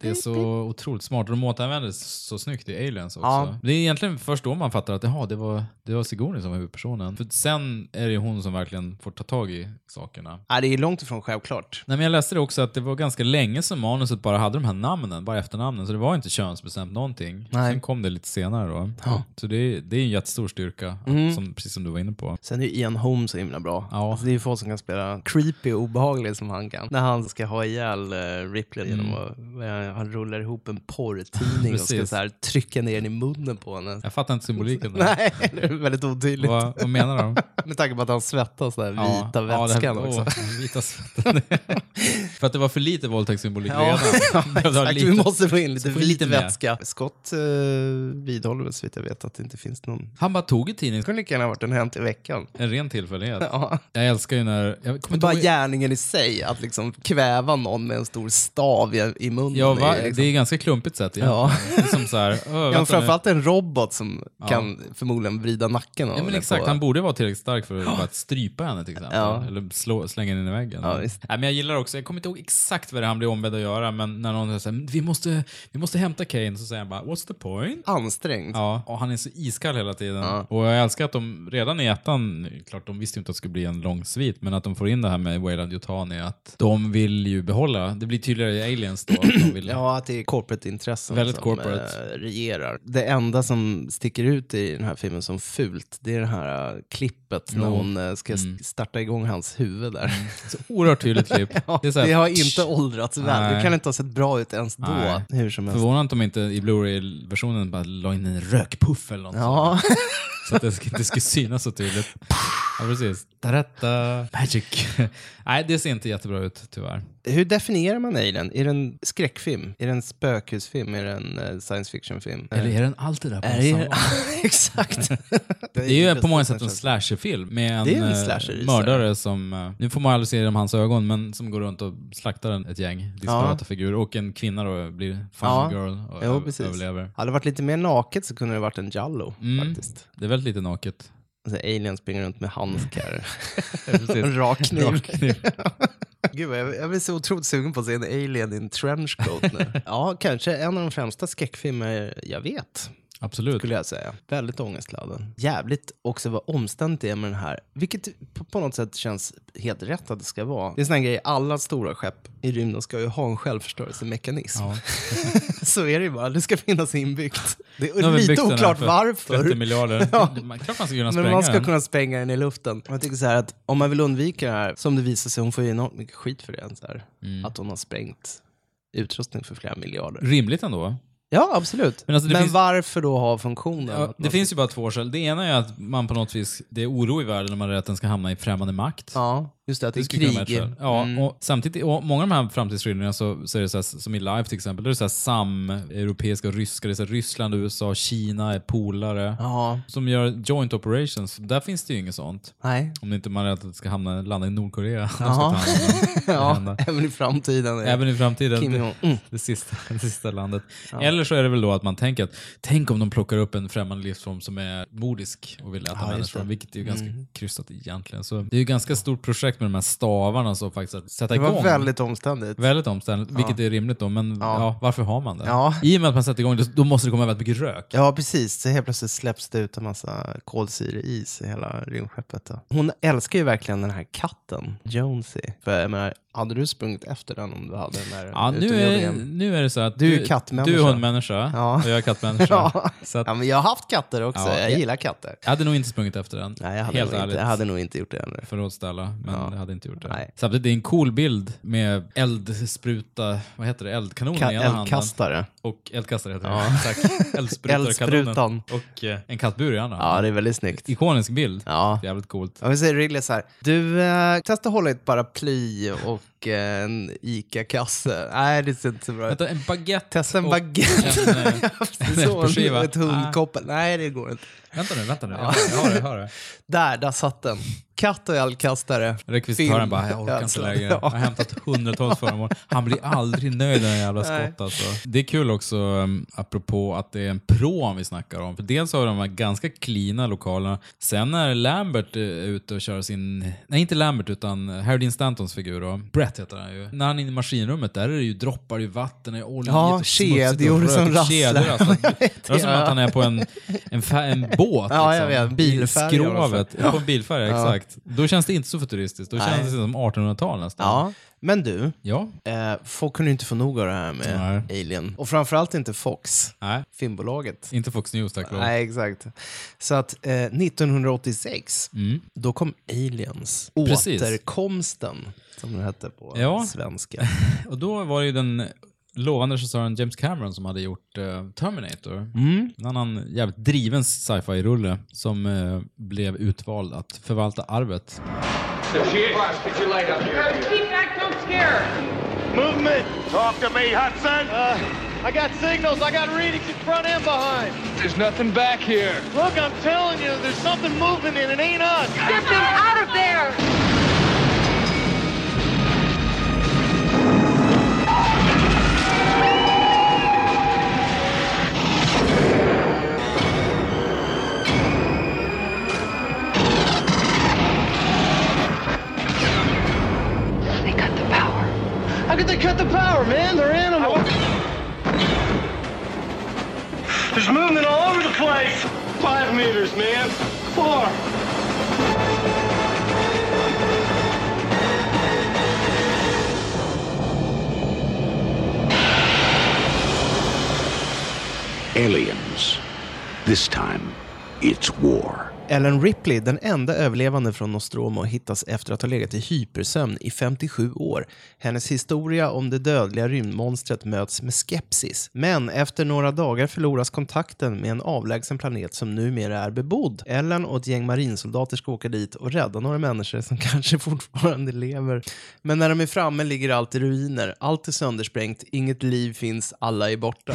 Speaker 1: det är så otroligt smart. Och de återanvänder det så snyggt i Aliens också.
Speaker 2: Ja.
Speaker 1: Det är egentligen först då man fattar att jaha, det var, det var Sigourney som var huvudpersonen. För sen är det ju hon som verkligen får ta tag i sakerna.
Speaker 2: Nej, det är långt ifrån självklart.
Speaker 1: Nej, men jag läste det också att det var ganska länge som manuset bara hade de här namnen, bara efternamnen, så det var inte könsbestämt någonting.
Speaker 2: Nej.
Speaker 1: Sen kom det lite senare då.
Speaker 2: Ja. Mm.
Speaker 1: Så det, är- det är en jättestor styrka, som, precis som du var inne på.
Speaker 2: Sen är ju Ian Holm så himla himla bra.
Speaker 1: Ja.
Speaker 2: Alltså, det är ju folk som kan spela creepy och obehagligt som han kan. När han ska ha ihjäl eh, Ripley genom att eh, han rullar ihop en porrtidning och ska
Speaker 1: Mm. Precis.
Speaker 2: så här, trycka ner den i munnen på henne.
Speaker 1: Jag fattar inte symboliken. där.
Speaker 2: Nej, det är väldigt otydligt.
Speaker 1: Vad, vad menar de?
Speaker 2: Med tanke på att han svettas den här vita vätskan
Speaker 1: åh,
Speaker 2: också.
Speaker 1: den vita svetten. För att det var för lite våldtäktssymbolik
Speaker 2: Ja,
Speaker 1: redan. Behövde ha
Speaker 2: Exakt,
Speaker 1: lite.
Speaker 2: vi måste få in lite
Speaker 1: få
Speaker 2: vit
Speaker 1: lite med.
Speaker 2: vätska. Scott eh, vidhåller väl så vitt jag vet att det inte finns någon.
Speaker 1: Han bara tog en tidning.
Speaker 2: Det kunde lika gärna ha varit en Hänt i veckan.
Speaker 1: En ren tillfällighet.
Speaker 2: Ja.
Speaker 1: Jag älskar ju när... Jag kommer inte
Speaker 2: Bara
Speaker 1: ihåg,
Speaker 2: gärningen i sig, att liksom kväva någon med en stor stav i, i munnen.
Speaker 1: ja, va,
Speaker 2: är ju
Speaker 1: det
Speaker 2: liksom,
Speaker 1: är ganska klumpigt sätt.
Speaker 2: Ja.
Speaker 1: egentligen. Som så här, "Åh,
Speaker 2: ja, men
Speaker 1: vänta nu."
Speaker 2: framförallt en robot som kan förmodligen vrida nacken av
Speaker 1: Ja, men
Speaker 2: henne
Speaker 1: exakt,
Speaker 2: på-
Speaker 1: han borde vara tillräckligt stark för att bara strypa henne till exempel.
Speaker 2: Ja.
Speaker 1: Eller slå, slänga henne i väggen.
Speaker 2: Ja,
Speaker 1: Nej,
Speaker 2: visst.
Speaker 1: men jag gillar också, jag kommer inte ihåg exakt vad det är han blir ombedd att göra, men när någon säger vi måste, vi måste hämta Kane, så säger han bara “What's the point?”
Speaker 2: Ansträngd.
Speaker 1: Ja, och han är så iskall hela tiden.
Speaker 2: Ja.
Speaker 1: Och jag älskar att de redan i ettan, klart de visste ju inte att det skulle bli en lång svit, men att de får in det här med Wayland Yutani, att de vill ju behålla, det blir tydligare i Aliens då, att de vill
Speaker 2: Ja, att det är corporate-intressen
Speaker 1: Väldigt
Speaker 2: som
Speaker 1: corporate.
Speaker 2: eh, regerar. Det enda som sticker ut i den här filmen som fult, det är det här eh, klippet när hon eh, ska
Speaker 1: Mm.
Speaker 2: s- starta igång hans huvud där.
Speaker 1: Så oerhört tydligt klipp.
Speaker 2: Det,
Speaker 1: Mm. så här,
Speaker 2: har inte åldrats väl.
Speaker 1: Nej.
Speaker 2: Det kan inte ha sett bra ut ens då.
Speaker 1: Nej.
Speaker 2: Hur som helst.
Speaker 1: Förvånande att de inte i Blu-ray-versionen bara la in en rökpuff eller något sånt.
Speaker 2: Ja,
Speaker 1: Så att det sk- inte skulle synas så tydligt. Ja, precis. Tarata. Magic. Nej, det ser inte jättebra ut tyvärr.
Speaker 2: hur definierar man Alien? Är det en skräckfilm? Är det en spökhusfilm? Är det en eh, science fiction-film?
Speaker 1: Eller är den allt det där på
Speaker 2: Är det-
Speaker 1: samma?
Speaker 2: Exakt.
Speaker 1: Det är ju på många sätt en slasherfilm med en,
Speaker 2: Det är en
Speaker 1: eh,
Speaker 2: slasher-isare.
Speaker 1: mördare som, eh, nu får man aldrig se genom hans ögon, men som går runt och slaktar en- ett gäng disparata figurer. Och en kvinna då blir
Speaker 2: Ja.
Speaker 1: final girl och
Speaker 2: Jo,
Speaker 1: ö-
Speaker 2: precis.
Speaker 1: överlever.
Speaker 2: Hade det varit lite mer naket så kunde det varit en Jallo
Speaker 1: Mm.
Speaker 2: faktiskt.
Speaker 1: Det är väldigt lite naket.
Speaker 2: Alltså, alien springer runt med handskar.
Speaker 1: Precis.
Speaker 2: en rak kniv.
Speaker 1: Rak kniv.
Speaker 2: Typ. Gud, vad jag, jag blir så otroligt sugen på att se en alien i en trenchcoat nu. ja, kanske en av de främsta skräckfilmer jag vet,
Speaker 1: Absolut.
Speaker 2: skulle jag säga. Väldigt ångestladdad. Jävligt också vad omständigt det är med den här, vilket på, på något sätt känns helt rätt att det ska vara. Det är en sån här grej, alla stora skepp i rymden ska ju ha en självförstörelsemekanism.
Speaker 1: Ja.
Speaker 2: så är det ju bara, det ska finnas inbyggt. Det är
Speaker 1: Nu har vi byggt
Speaker 2: lite
Speaker 1: den här
Speaker 2: oklart
Speaker 1: för 30
Speaker 2: varför.
Speaker 1: miljarder.
Speaker 2: Ja.
Speaker 1: Man, klart man ska kunna
Speaker 2: Men
Speaker 1: spränga
Speaker 2: man ska
Speaker 1: den.
Speaker 2: kunna spränga den i luften. Och Jag tycker så här att om man vill undvika det här, som det visar sig, hon får ju enormt mycket skit för det. Så här,
Speaker 1: Mm.
Speaker 2: Att hon har sprängt utrustning för flera miljarder.
Speaker 1: Rimligt ändå.
Speaker 2: Ja, absolut. Men,
Speaker 1: Men alltså, det finns-
Speaker 2: varför då ha funktionen?
Speaker 1: Ja,
Speaker 2: Att
Speaker 1: det
Speaker 2: man-
Speaker 1: finns ju bara två skäl. Det ena är att man på något vis, det är oro i världen när man är rädd att den ska hamna i främmande makt.
Speaker 2: Ja, just det, att det,
Speaker 1: Det
Speaker 2: är
Speaker 1: skulle kunna vara ett
Speaker 2: krig. Mm.
Speaker 1: skäl. Ja, och samtidigt, och många av de här framtidsskildringarna, så, så är det så här, som i Life till exempel, då är det så här sam-europeiska och ryska, det är så här, Ryssland, USA, Kina är polare.
Speaker 2: Ja,
Speaker 1: Som gör joint operations, där finns det ju inget sånt.
Speaker 2: nej.
Speaker 1: Om det inte man är rädd att det ska hamna, landa i Nordkorea. De ska
Speaker 2: Jaha.
Speaker 1: ta hand om det.
Speaker 2: Ja,
Speaker 1: hända.
Speaker 2: även i framtiden. är-
Speaker 1: Även i framtiden.
Speaker 2: Kim
Speaker 1: det,
Speaker 2: Jong-Un.
Speaker 1: det, sista, det sista landet. Eller så är det väl då att man tänker att tänk om de plockar upp en främmande livsform som är mordisk och vill äta
Speaker 2: just
Speaker 1: människor,
Speaker 2: det. Mm.
Speaker 1: vilket är ju ganska krystat egentligen. Så det är ju ett ganska stort projekt med de här stavarna som faktiskt att sätta
Speaker 2: Det var
Speaker 1: igång.
Speaker 2: väldigt omständigt.
Speaker 1: Väldigt omständigt, vilket är rimligt då, men ja. varför har man det?
Speaker 2: Ja.
Speaker 1: I och med att man sätter igång det, då måste det komma väldigt mycket rök.
Speaker 2: Ja, precis. Så helt plötsligt släpps det ut en massa kolsyreis i hela rymdskeppet. då. Hon älskar ju verkligen den här katten, Jonesy. För jag menar, hade du sprungit efter den om du hade den där
Speaker 1: Ja, nu är,
Speaker 2: utomjordingen?
Speaker 1: nu är det så att
Speaker 2: Du är kattmänniska.
Speaker 1: Du är hundmänniska
Speaker 2: Ja.
Speaker 1: och jag är kattmänniska.
Speaker 2: Ja.
Speaker 1: Så att,
Speaker 2: Ja, men jag har haft katter också.
Speaker 1: Ja,
Speaker 2: jag
Speaker 1: ja.
Speaker 2: gillar katter.
Speaker 1: jag hade nog inte sprungit efter den.
Speaker 2: Nej, jag hade,
Speaker 1: Helt
Speaker 2: nog inte,
Speaker 1: ärligt.
Speaker 2: jag hade nog inte gjort det heller.
Speaker 1: för att ställa, men det hade inte gjort det.
Speaker 2: Nej.
Speaker 1: Samtidigt, det är en cool bild med eldspruta, vad heter det, eldkanon
Speaker 2: Ka-
Speaker 1: i ena handen.
Speaker 2: eldkastare.
Speaker 1: Och eldkastare heter det. Tack. Eldsprutarkanonen.
Speaker 2: Eldsprutan.
Speaker 1: Och eh, en kattbur i andra.
Speaker 2: Ja, det är väldigt snyggt.
Speaker 1: Ikonisk bild.
Speaker 2: Ja.
Speaker 1: Jävligt coolt.
Speaker 2: Om vi säger Ridley så här. Du, eh, testa hålla i ett paraply och eh, en ICA-kasse. Nej, det ser inte så bra ut.
Speaker 1: Vänta, en baguette.
Speaker 2: Testa en
Speaker 1: och
Speaker 2: baguette.
Speaker 1: en, eh, en
Speaker 2: Så,
Speaker 1: äppelskiva.
Speaker 2: ett hundkoppel. Nej, det går inte.
Speaker 1: vänta nu, vänta nu. Jag har det, jag har det. Jag har det.
Speaker 2: Där, där satt den. Katt och eldkastare.
Speaker 1: Rekvisitören
Speaker 2: Film.
Speaker 1: bara, jag orkar inte
Speaker 2: Alltså,
Speaker 1: längre.
Speaker 2: ja.
Speaker 1: Jag har hämtat hundratals föremål. Han blir aldrig nöjd den jävla skott alltså. Det är kul också, um, apropå att det är en pråm vi snackar om. För dels har vi de här ganska cleana lokalerna. Sen när Lambert eh, är ute och kör sin, nej inte Lambert utan eh, Harry Dean Stantons figur då, Brett heter han ju. När han är inne i maskinrummet, där är det ju droppar i vatten, i olja
Speaker 2: Ja,
Speaker 1: och smutsigt och
Speaker 2: kedjor
Speaker 1: rökigt.
Speaker 2: som rasslar.
Speaker 1: Kedjor, alltså. Det är som
Speaker 2: ja.
Speaker 1: att han är på en, en, fä- en båt.
Speaker 2: Ja, jag
Speaker 1: liksom.
Speaker 2: vet. Bilfärja
Speaker 1: I
Speaker 2: i alla fall.
Speaker 1: skrovet. På en bilfärja, exakt. exakt. Då känns det inte så futuristiskt. Då
Speaker 2: Nej.
Speaker 1: känns det som 1800-tal nästan.
Speaker 2: Ja, men du,
Speaker 1: Ja.
Speaker 2: eh, folk kunde ju inte få nog av det här med Alien. Och framförallt inte Fox,
Speaker 1: Nej,
Speaker 2: filmbolaget.
Speaker 1: inte Fox News tack och lov.
Speaker 2: Nej, exakt. Så att eh, 1986, då kom Aliens.
Speaker 1: Mm. Precis.
Speaker 2: Återkomsten, som den hette på
Speaker 1: Ja.
Speaker 2: svenska.
Speaker 1: Och då var det ju den lovande regissören James Cameron som hade gjort eh, Terminator.
Speaker 2: Mm.
Speaker 1: En annan jävligt driven sci-fi-rulle som eh, blev utvald att förvalta arvet.
Speaker 3: Flash, get your light up here.
Speaker 4: Keep back, don't scare her.
Speaker 5: Movement! Talk to me, Hudson!
Speaker 6: Uh, I got signals. I got readings in front and behind.
Speaker 3: There's nothing back here.
Speaker 6: Look, I'm telling you, there's something moving and it ain't us.
Speaker 4: Get them out of there!
Speaker 7: They cut the power.
Speaker 6: How could they cut the power, man? They're animals. There's movement all over the place. Five meters, man. Four.
Speaker 8: Aliens. This time, it's war.
Speaker 2: Ellen Ripley, den enda överlevande från Nostromo, hittas efter att ha legat i hypersömn i 57 år. Hennes historia om det dödliga rymdmonstret möts med skepsis. Men efter några dagar förloras kontakten med en avlägsen planet som numera är bebodd. Ellen och ett gäng marinsoldater ska åka dit och rädda några människor som kanske fortfarande lever. Men när de är framme ligger allt i ruiner. Allt är söndersprängt, inget liv finns, alla är borta.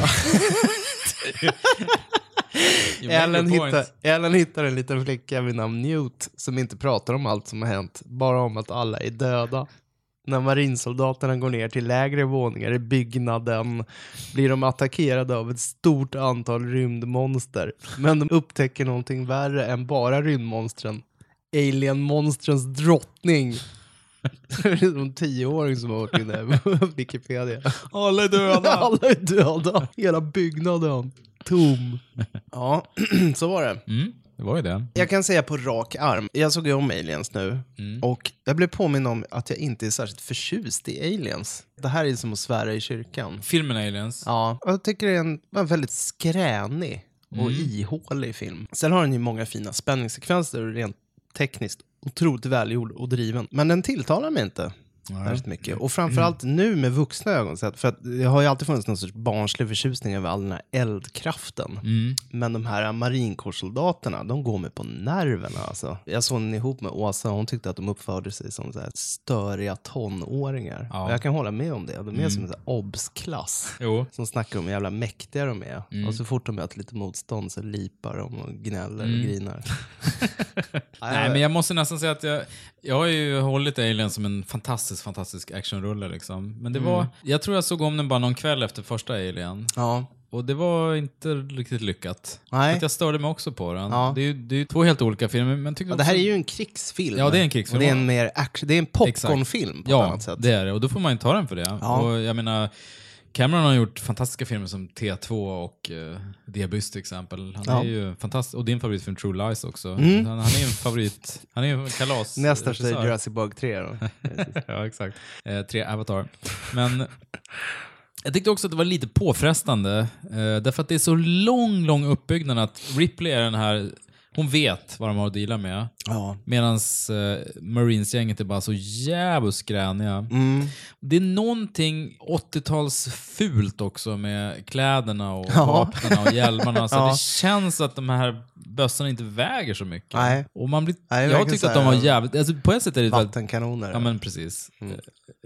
Speaker 2: Ellen hittar, Ellen hittar en liten flicka vid namn Newt som inte pratar om allt som har hänt, bara om att alla är döda. När marinsoldaterna går ner till lägre våningar i byggnaden blir de attackerade av ett stort antal rymdmonster. Men de upptäcker någonting värre än bara rymdmonstren. Alienmonstrens drottning. Det är en tioåring som har varit inne på Wikipedia.
Speaker 1: Alla är döda!
Speaker 2: Alla är döda. Hela byggnaden. Tom. Ja, så var det.
Speaker 1: Mm, det var ju det.
Speaker 2: Jag kan säga på rak arm, jag såg ju om Aliens nu och jag blev påminn om att jag inte är särskilt förtjust i Aliens. Det här är som att svära i kyrkan.
Speaker 1: Filmen Aliens.
Speaker 2: Ja, och jag tycker det är en, en väldigt skränig och ihålig film. Sen har den ju många fina spänningssekvenser och rent tekniskt otroligt välgjord och driven. Men den tilltalar mig inte särskilt mycket. Och framförallt nu med vuxna ögon sett, för att det har ju alltid funnits någon sorts barnslig förtjusning över all den här eldkraften. Men de här marinkårssoldaterna, de går mig på nerverna alltså. Jag såg den ihop med Åsa, hon tyckte att de uppförde sig som så här störiga tonåringar.
Speaker 1: Ja.
Speaker 2: Och jag kan hålla med om det, de är som en så här obs-klass
Speaker 1: Jo.
Speaker 2: som snackar om hur jävla mäktiga de är.
Speaker 1: Mm.
Speaker 2: Och så fort de möter lite motstånd så lipar de och gnäller och grinar.
Speaker 1: Mm. Nej,
Speaker 2: Eh,
Speaker 1: men jag måste nästan säga att jag, jag har ju hållit Alien som en fantastisk, fantastisk actionrulle liksom. Men det
Speaker 2: Mm.
Speaker 1: var, jag tror jag såg om den bara någon kväll efter första Alien.
Speaker 2: Ja.
Speaker 1: Och det var inte riktigt lyckat.
Speaker 2: Nej.
Speaker 1: För Att jag störde mig också på den.
Speaker 2: Ja.
Speaker 1: Det, är ju, det är ju två helt olika filmer, men tyckte
Speaker 2: Ja, det här är
Speaker 1: också-
Speaker 2: ju en krigsfilm.
Speaker 1: Ja, det är en krigsfilm.
Speaker 2: Och det är en, mer action, det är en popcornfilm på ett
Speaker 1: Ja,
Speaker 2: annat sätt.
Speaker 1: det är det. Och då får man ju ta den för det.
Speaker 2: Ja.
Speaker 1: Och jag menar, Cameron har gjort fantastiska filmer som T2 och uh, The Abyss till exempel. Han
Speaker 2: Ja. Mm.
Speaker 1: är ju fantastisk. Och din favoritfilm True Lies också. Han, han är ju en favorit. Han är ju en kalas.
Speaker 2: Nästa steg
Speaker 1: regissör.
Speaker 2: Jurassic Park 3 då.
Speaker 1: ja, exakt. Eh, tre Avatar. Men jag tyckte också att det var lite påfrestande. Eh, därför att det är så lång, lång uppbyggnad att Ripley är den här... Hon vet vad de har att deala med.
Speaker 2: Ja.
Speaker 1: Medan eh, Marines-gänget är bara så jävligt gräniga.
Speaker 2: Mm.
Speaker 1: Det är någonting 80-tals fult också med kläderna och vapnen och hjälmarna. Så
Speaker 2: Ja.
Speaker 1: det känns att de här bössorna inte väger så mycket.
Speaker 2: Nej.
Speaker 1: Och man blir,
Speaker 2: Nej, det är
Speaker 1: jag
Speaker 2: verkligen
Speaker 1: tyckte att
Speaker 2: så
Speaker 1: de
Speaker 2: här-
Speaker 1: var jävligt... Alltså på ett sätt är det väldigt-
Speaker 2: Vattenkanoner.
Speaker 1: Ja men precis.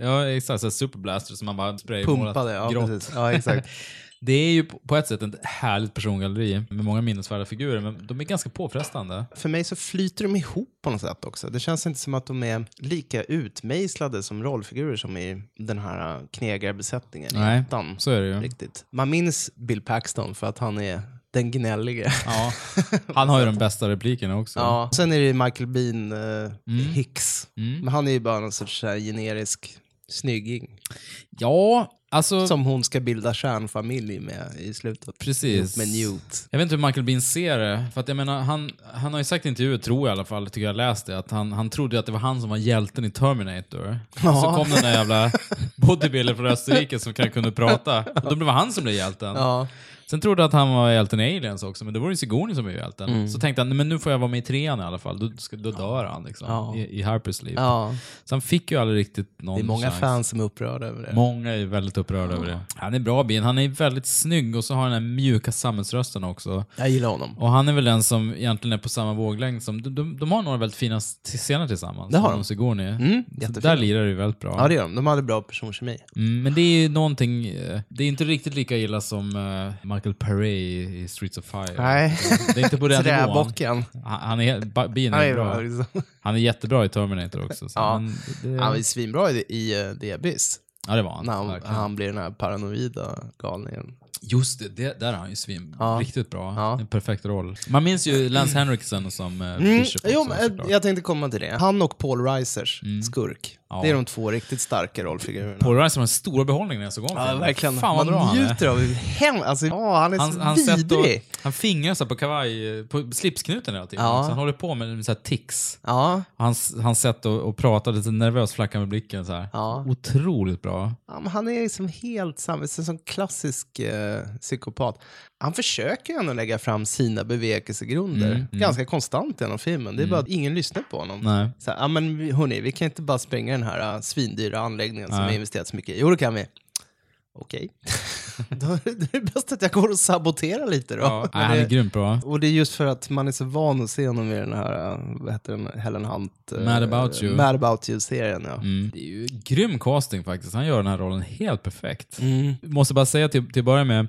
Speaker 1: Ja exakt, så här superblaster som man bara spraymålat
Speaker 2: Mm. Pumpade, ja
Speaker 1: grått.
Speaker 2: precis. Ja, exakt.
Speaker 1: Det är ju på på ett sätt ett härligt persongalleri med många minnesvärda figurer, men de är ganska påfrestande.
Speaker 2: För mig så flyter de ihop på något sätt också. Det känns inte som att de är lika utmejslade som rollfigurer som i den här äh, knegarbesättningen i
Speaker 1: Nej,
Speaker 2: ettan.
Speaker 1: så är det ju.
Speaker 2: Riktigt. Man minns Bill Paxton för att han är den gnällige.
Speaker 1: Ja. Han har ju de bästa replikerna också.
Speaker 2: Ja. Sen är det ju Michael Bean eh, Hicks. Men han är ju bara någon sorts så här generisk Snygging.
Speaker 1: Ja, alltså...
Speaker 2: Som hon ska bilda kärnfamilj med i slutet.
Speaker 1: Precis.
Speaker 2: Med Newt.
Speaker 1: Jag vet inte hur Michael Bean ser det. För att jag menar, han, han har ju sagt i intervjuer, tror jag i alla fall, tycker jag läst det, att han, han trodde att det var han som var hjälten i Terminator. Så kom den där jävla bodybuilder från Österrike som kan, kunde prata. Och då blev det han som blev hjälten.
Speaker 2: Ja.
Speaker 1: Sen trodde jag att han var hjälten i Aliens också, men det var ju Sigourney som blev hjälten.
Speaker 2: Mm.
Speaker 1: Så tänkte han, "Nej, men nu får jag vara med i trean i alla fall. Då, ska, då dör han liksom,
Speaker 2: Ja.
Speaker 1: i, i Harpers liv.
Speaker 2: ja.
Speaker 1: Så han fick ju aldrig riktigt någon
Speaker 2: Det är många
Speaker 1: chans.
Speaker 2: fans som är upprörda över det.
Speaker 1: Många är väldigt upprörda över det. Han är bra Bean, han är väldigt snygg och så har han den här mjuka sammetsrösten också.
Speaker 2: Jag gillar honom.
Speaker 1: Och han är väl den som egentligen är på samma våglängd som... De, de, de har några väldigt fina s- scener tillsammans.
Speaker 2: Det har
Speaker 1: de.
Speaker 2: de. Mm,
Speaker 1: Sigourney. så
Speaker 2: jättefina.
Speaker 1: där lirar det ju väldigt bra.
Speaker 2: Ja, det gör de. De hade bra personkemi.
Speaker 1: mm, men det är ju någonting... eh, Det är inte riktigt lika illa som eh, Michael Perret i i Streets of Fire.
Speaker 2: Nej.
Speaker 1: Det är inte på den nivån.
Speaker 2: Träbocken.
Speaker 1: Han, han är, ba- Bean
Speaker 2: Han
Speaker 1: är
Speaker 2: är bra.
Speaker 1: bra.
Speaker 2: liksom.
Speaker 1: Han är jättebra i Terminator också. Så
Speaker 2: Ja.
Speaker 1: han, det,
Speaker 2: Han var ju svinbra i, i eh, The Abyss.
Speaker 1: ja, det var han.
Speaker 2: När han,
Speaker 1: verkligen.
Speaker 2: han blir den här paranoida galningen.
Speaker 1: Just det, det, där är han ju svin.
Speaker 2: Ja.
Speaker 1: Riktigt bra.
Speaker 2: Ja.
Speaker 1: En perfekt roll. Man minns ju Lance Henriksen som eh,
Speaker 2: Mm,
Speaker 1: Bishop också,
Speaker 2: jo, men, eh,
Speaker 1: såklart. Mm.
Speaker 2: jag tänkte komma till det. Han och Paul Reisers skurk.
Speaker 1: Ja.
Speaker 2: Det är de två riktigt starka rollfigurerna.
Speaker 1: Paul Rice har en stor behållning när jag såg honom.
Speaker 2: ja, verkligen.
Speaker 1: Fan vad
Speaker 2: Man
Speaker 1: bra han är.
Speaker 2: njuter av hur hem... Alltså, ja, han är
Speaker 1: Han,
Speaker 2: så
Speaker 1: han, sätt och,
Speaker 2: vidrig.
Speaker 1: han fingrar så här på kavaj, eh, på slipsknuten hela tiden.
Speaker 2: Ja.
Speaker 1: Så han håller på med så här tics.
Speaker 2: Ja,
Speaker 1: Hans, hans sätt att, att prata, lite nervös flacka med blicken så här.
Speaker 2: Ja.
Speaker 1: Otroligt bra.
Speaker 2: ja, men han är liksom helt samvets... En sån klassisk eh, psykopat. Han försöker ju ändå lägga fram sina bevekelsegrunder. Ganska konstant genom filmen. Det är bara att ingen lyssnar på honom.
Speaker 1: Mm, Nej.
Speaker 2: Så här, ja, men vi- hörni, vi kan inte bara spränga den här uh, svindyra anläggningen som
Speaker 1: Nej.
Speaker 2: vi investerat så mycket i. Jo, det kan vi. Okej. då är det- det är bäst att jag går och saboterar lite då.
Speaker 1: Ja.
Speaker 2: Men
Speaker 1: Nej, han
Speaker 2: det-
Speaker 1: är grymt bra.
Speaker 2: och det är just för att man är så van att se honom i den här, uh, vad heter den, Helen Hunt... uh,
Speaker 1: Mad About You.
Speaker 2: Mad About You-serien, ja.
Speaker 1: Mm. Det är ju grym casting faktiskt. Han gör den här rollen helt perfekt.
Speaker 2: Mm.
Speaker 1: Måste bara säga till, till att börja med,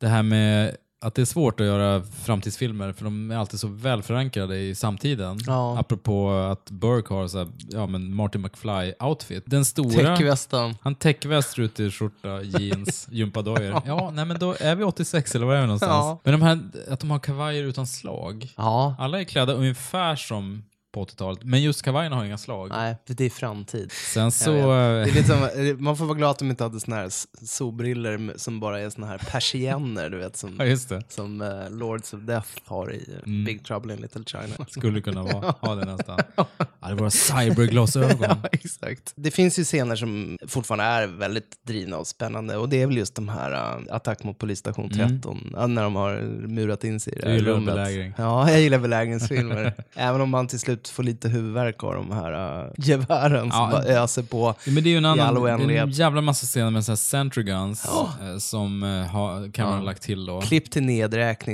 Speaker 1: det här med att det är svårt att göra framtidsfilmer för de är alltid så välförankrade i samtiden.
Speaker 2: Ja.
Speaker 1: Apropå att Burke har så här, ja, men Martin McFly-outfit. Den stora...
Speaker 2: Täckvästan.
Speaker 1: Han täckväst, rutig skjorta, jeans, gympadojor. Ja, nej men då är vi 86 eller var är vi någonstans?
Speaker 2: Ja.
Speaker 1: Men de här, att de har kavajer utan slag.
Speaker 2: Ja.
Speaker 1: Alla är klädda ungefär som på 80-talet, men just kavajerna har inga slag.
Speaker 2: Nej, det är framtid.
Speaker 1: Sen så...
Speaker 2: vet. Det är
Speaker 1: eh,
Speaker 2: lite som, man får vara glad att de inte hade såna här s- solbriller m- som bara är såna här persienner, du vet,
Speaker 1: Ja,
Speaker 2: som,
Speaker 1: just det.
Speaker 2: som eh, Lords of Death har i eh,
Speaker 1: Mm.
Speaker 2: Big Trouble in Little China.
Speaker 1: Skulle kunna vara, ha det nästan. Ja, det var cyberglasögon.
Speaker 2: Ja, exakt. Det finns ju scener som fortfarande är väldigt drivna och spännande. Och det är väl just de här äh, attack mot polisstation 13, äh, när de har murat in sig i det
Speaker 1: Mm. Du
Speaker 2: här
Speaker 1: gillar
Speaker 2: rummet.
Speaker 1: belägring.
Speaker 2: Ja, jag gillar belägringsfilmer. Även om man till slut får lite huvudvärk av de här äh, gevären som
Speaker 1: Ja.
Speaker 2: bara öser på.
Speaker 1: Ja, Men det är ju en
Speaker 2: I all
Speaker 1: annan, det är en
Speaker 2: oändlighet.
Speaker 1: jävla massa scener med så här Sentry Guns eh, som eh, har, Cameron har lagt till då.
Speaker 2: Klipp till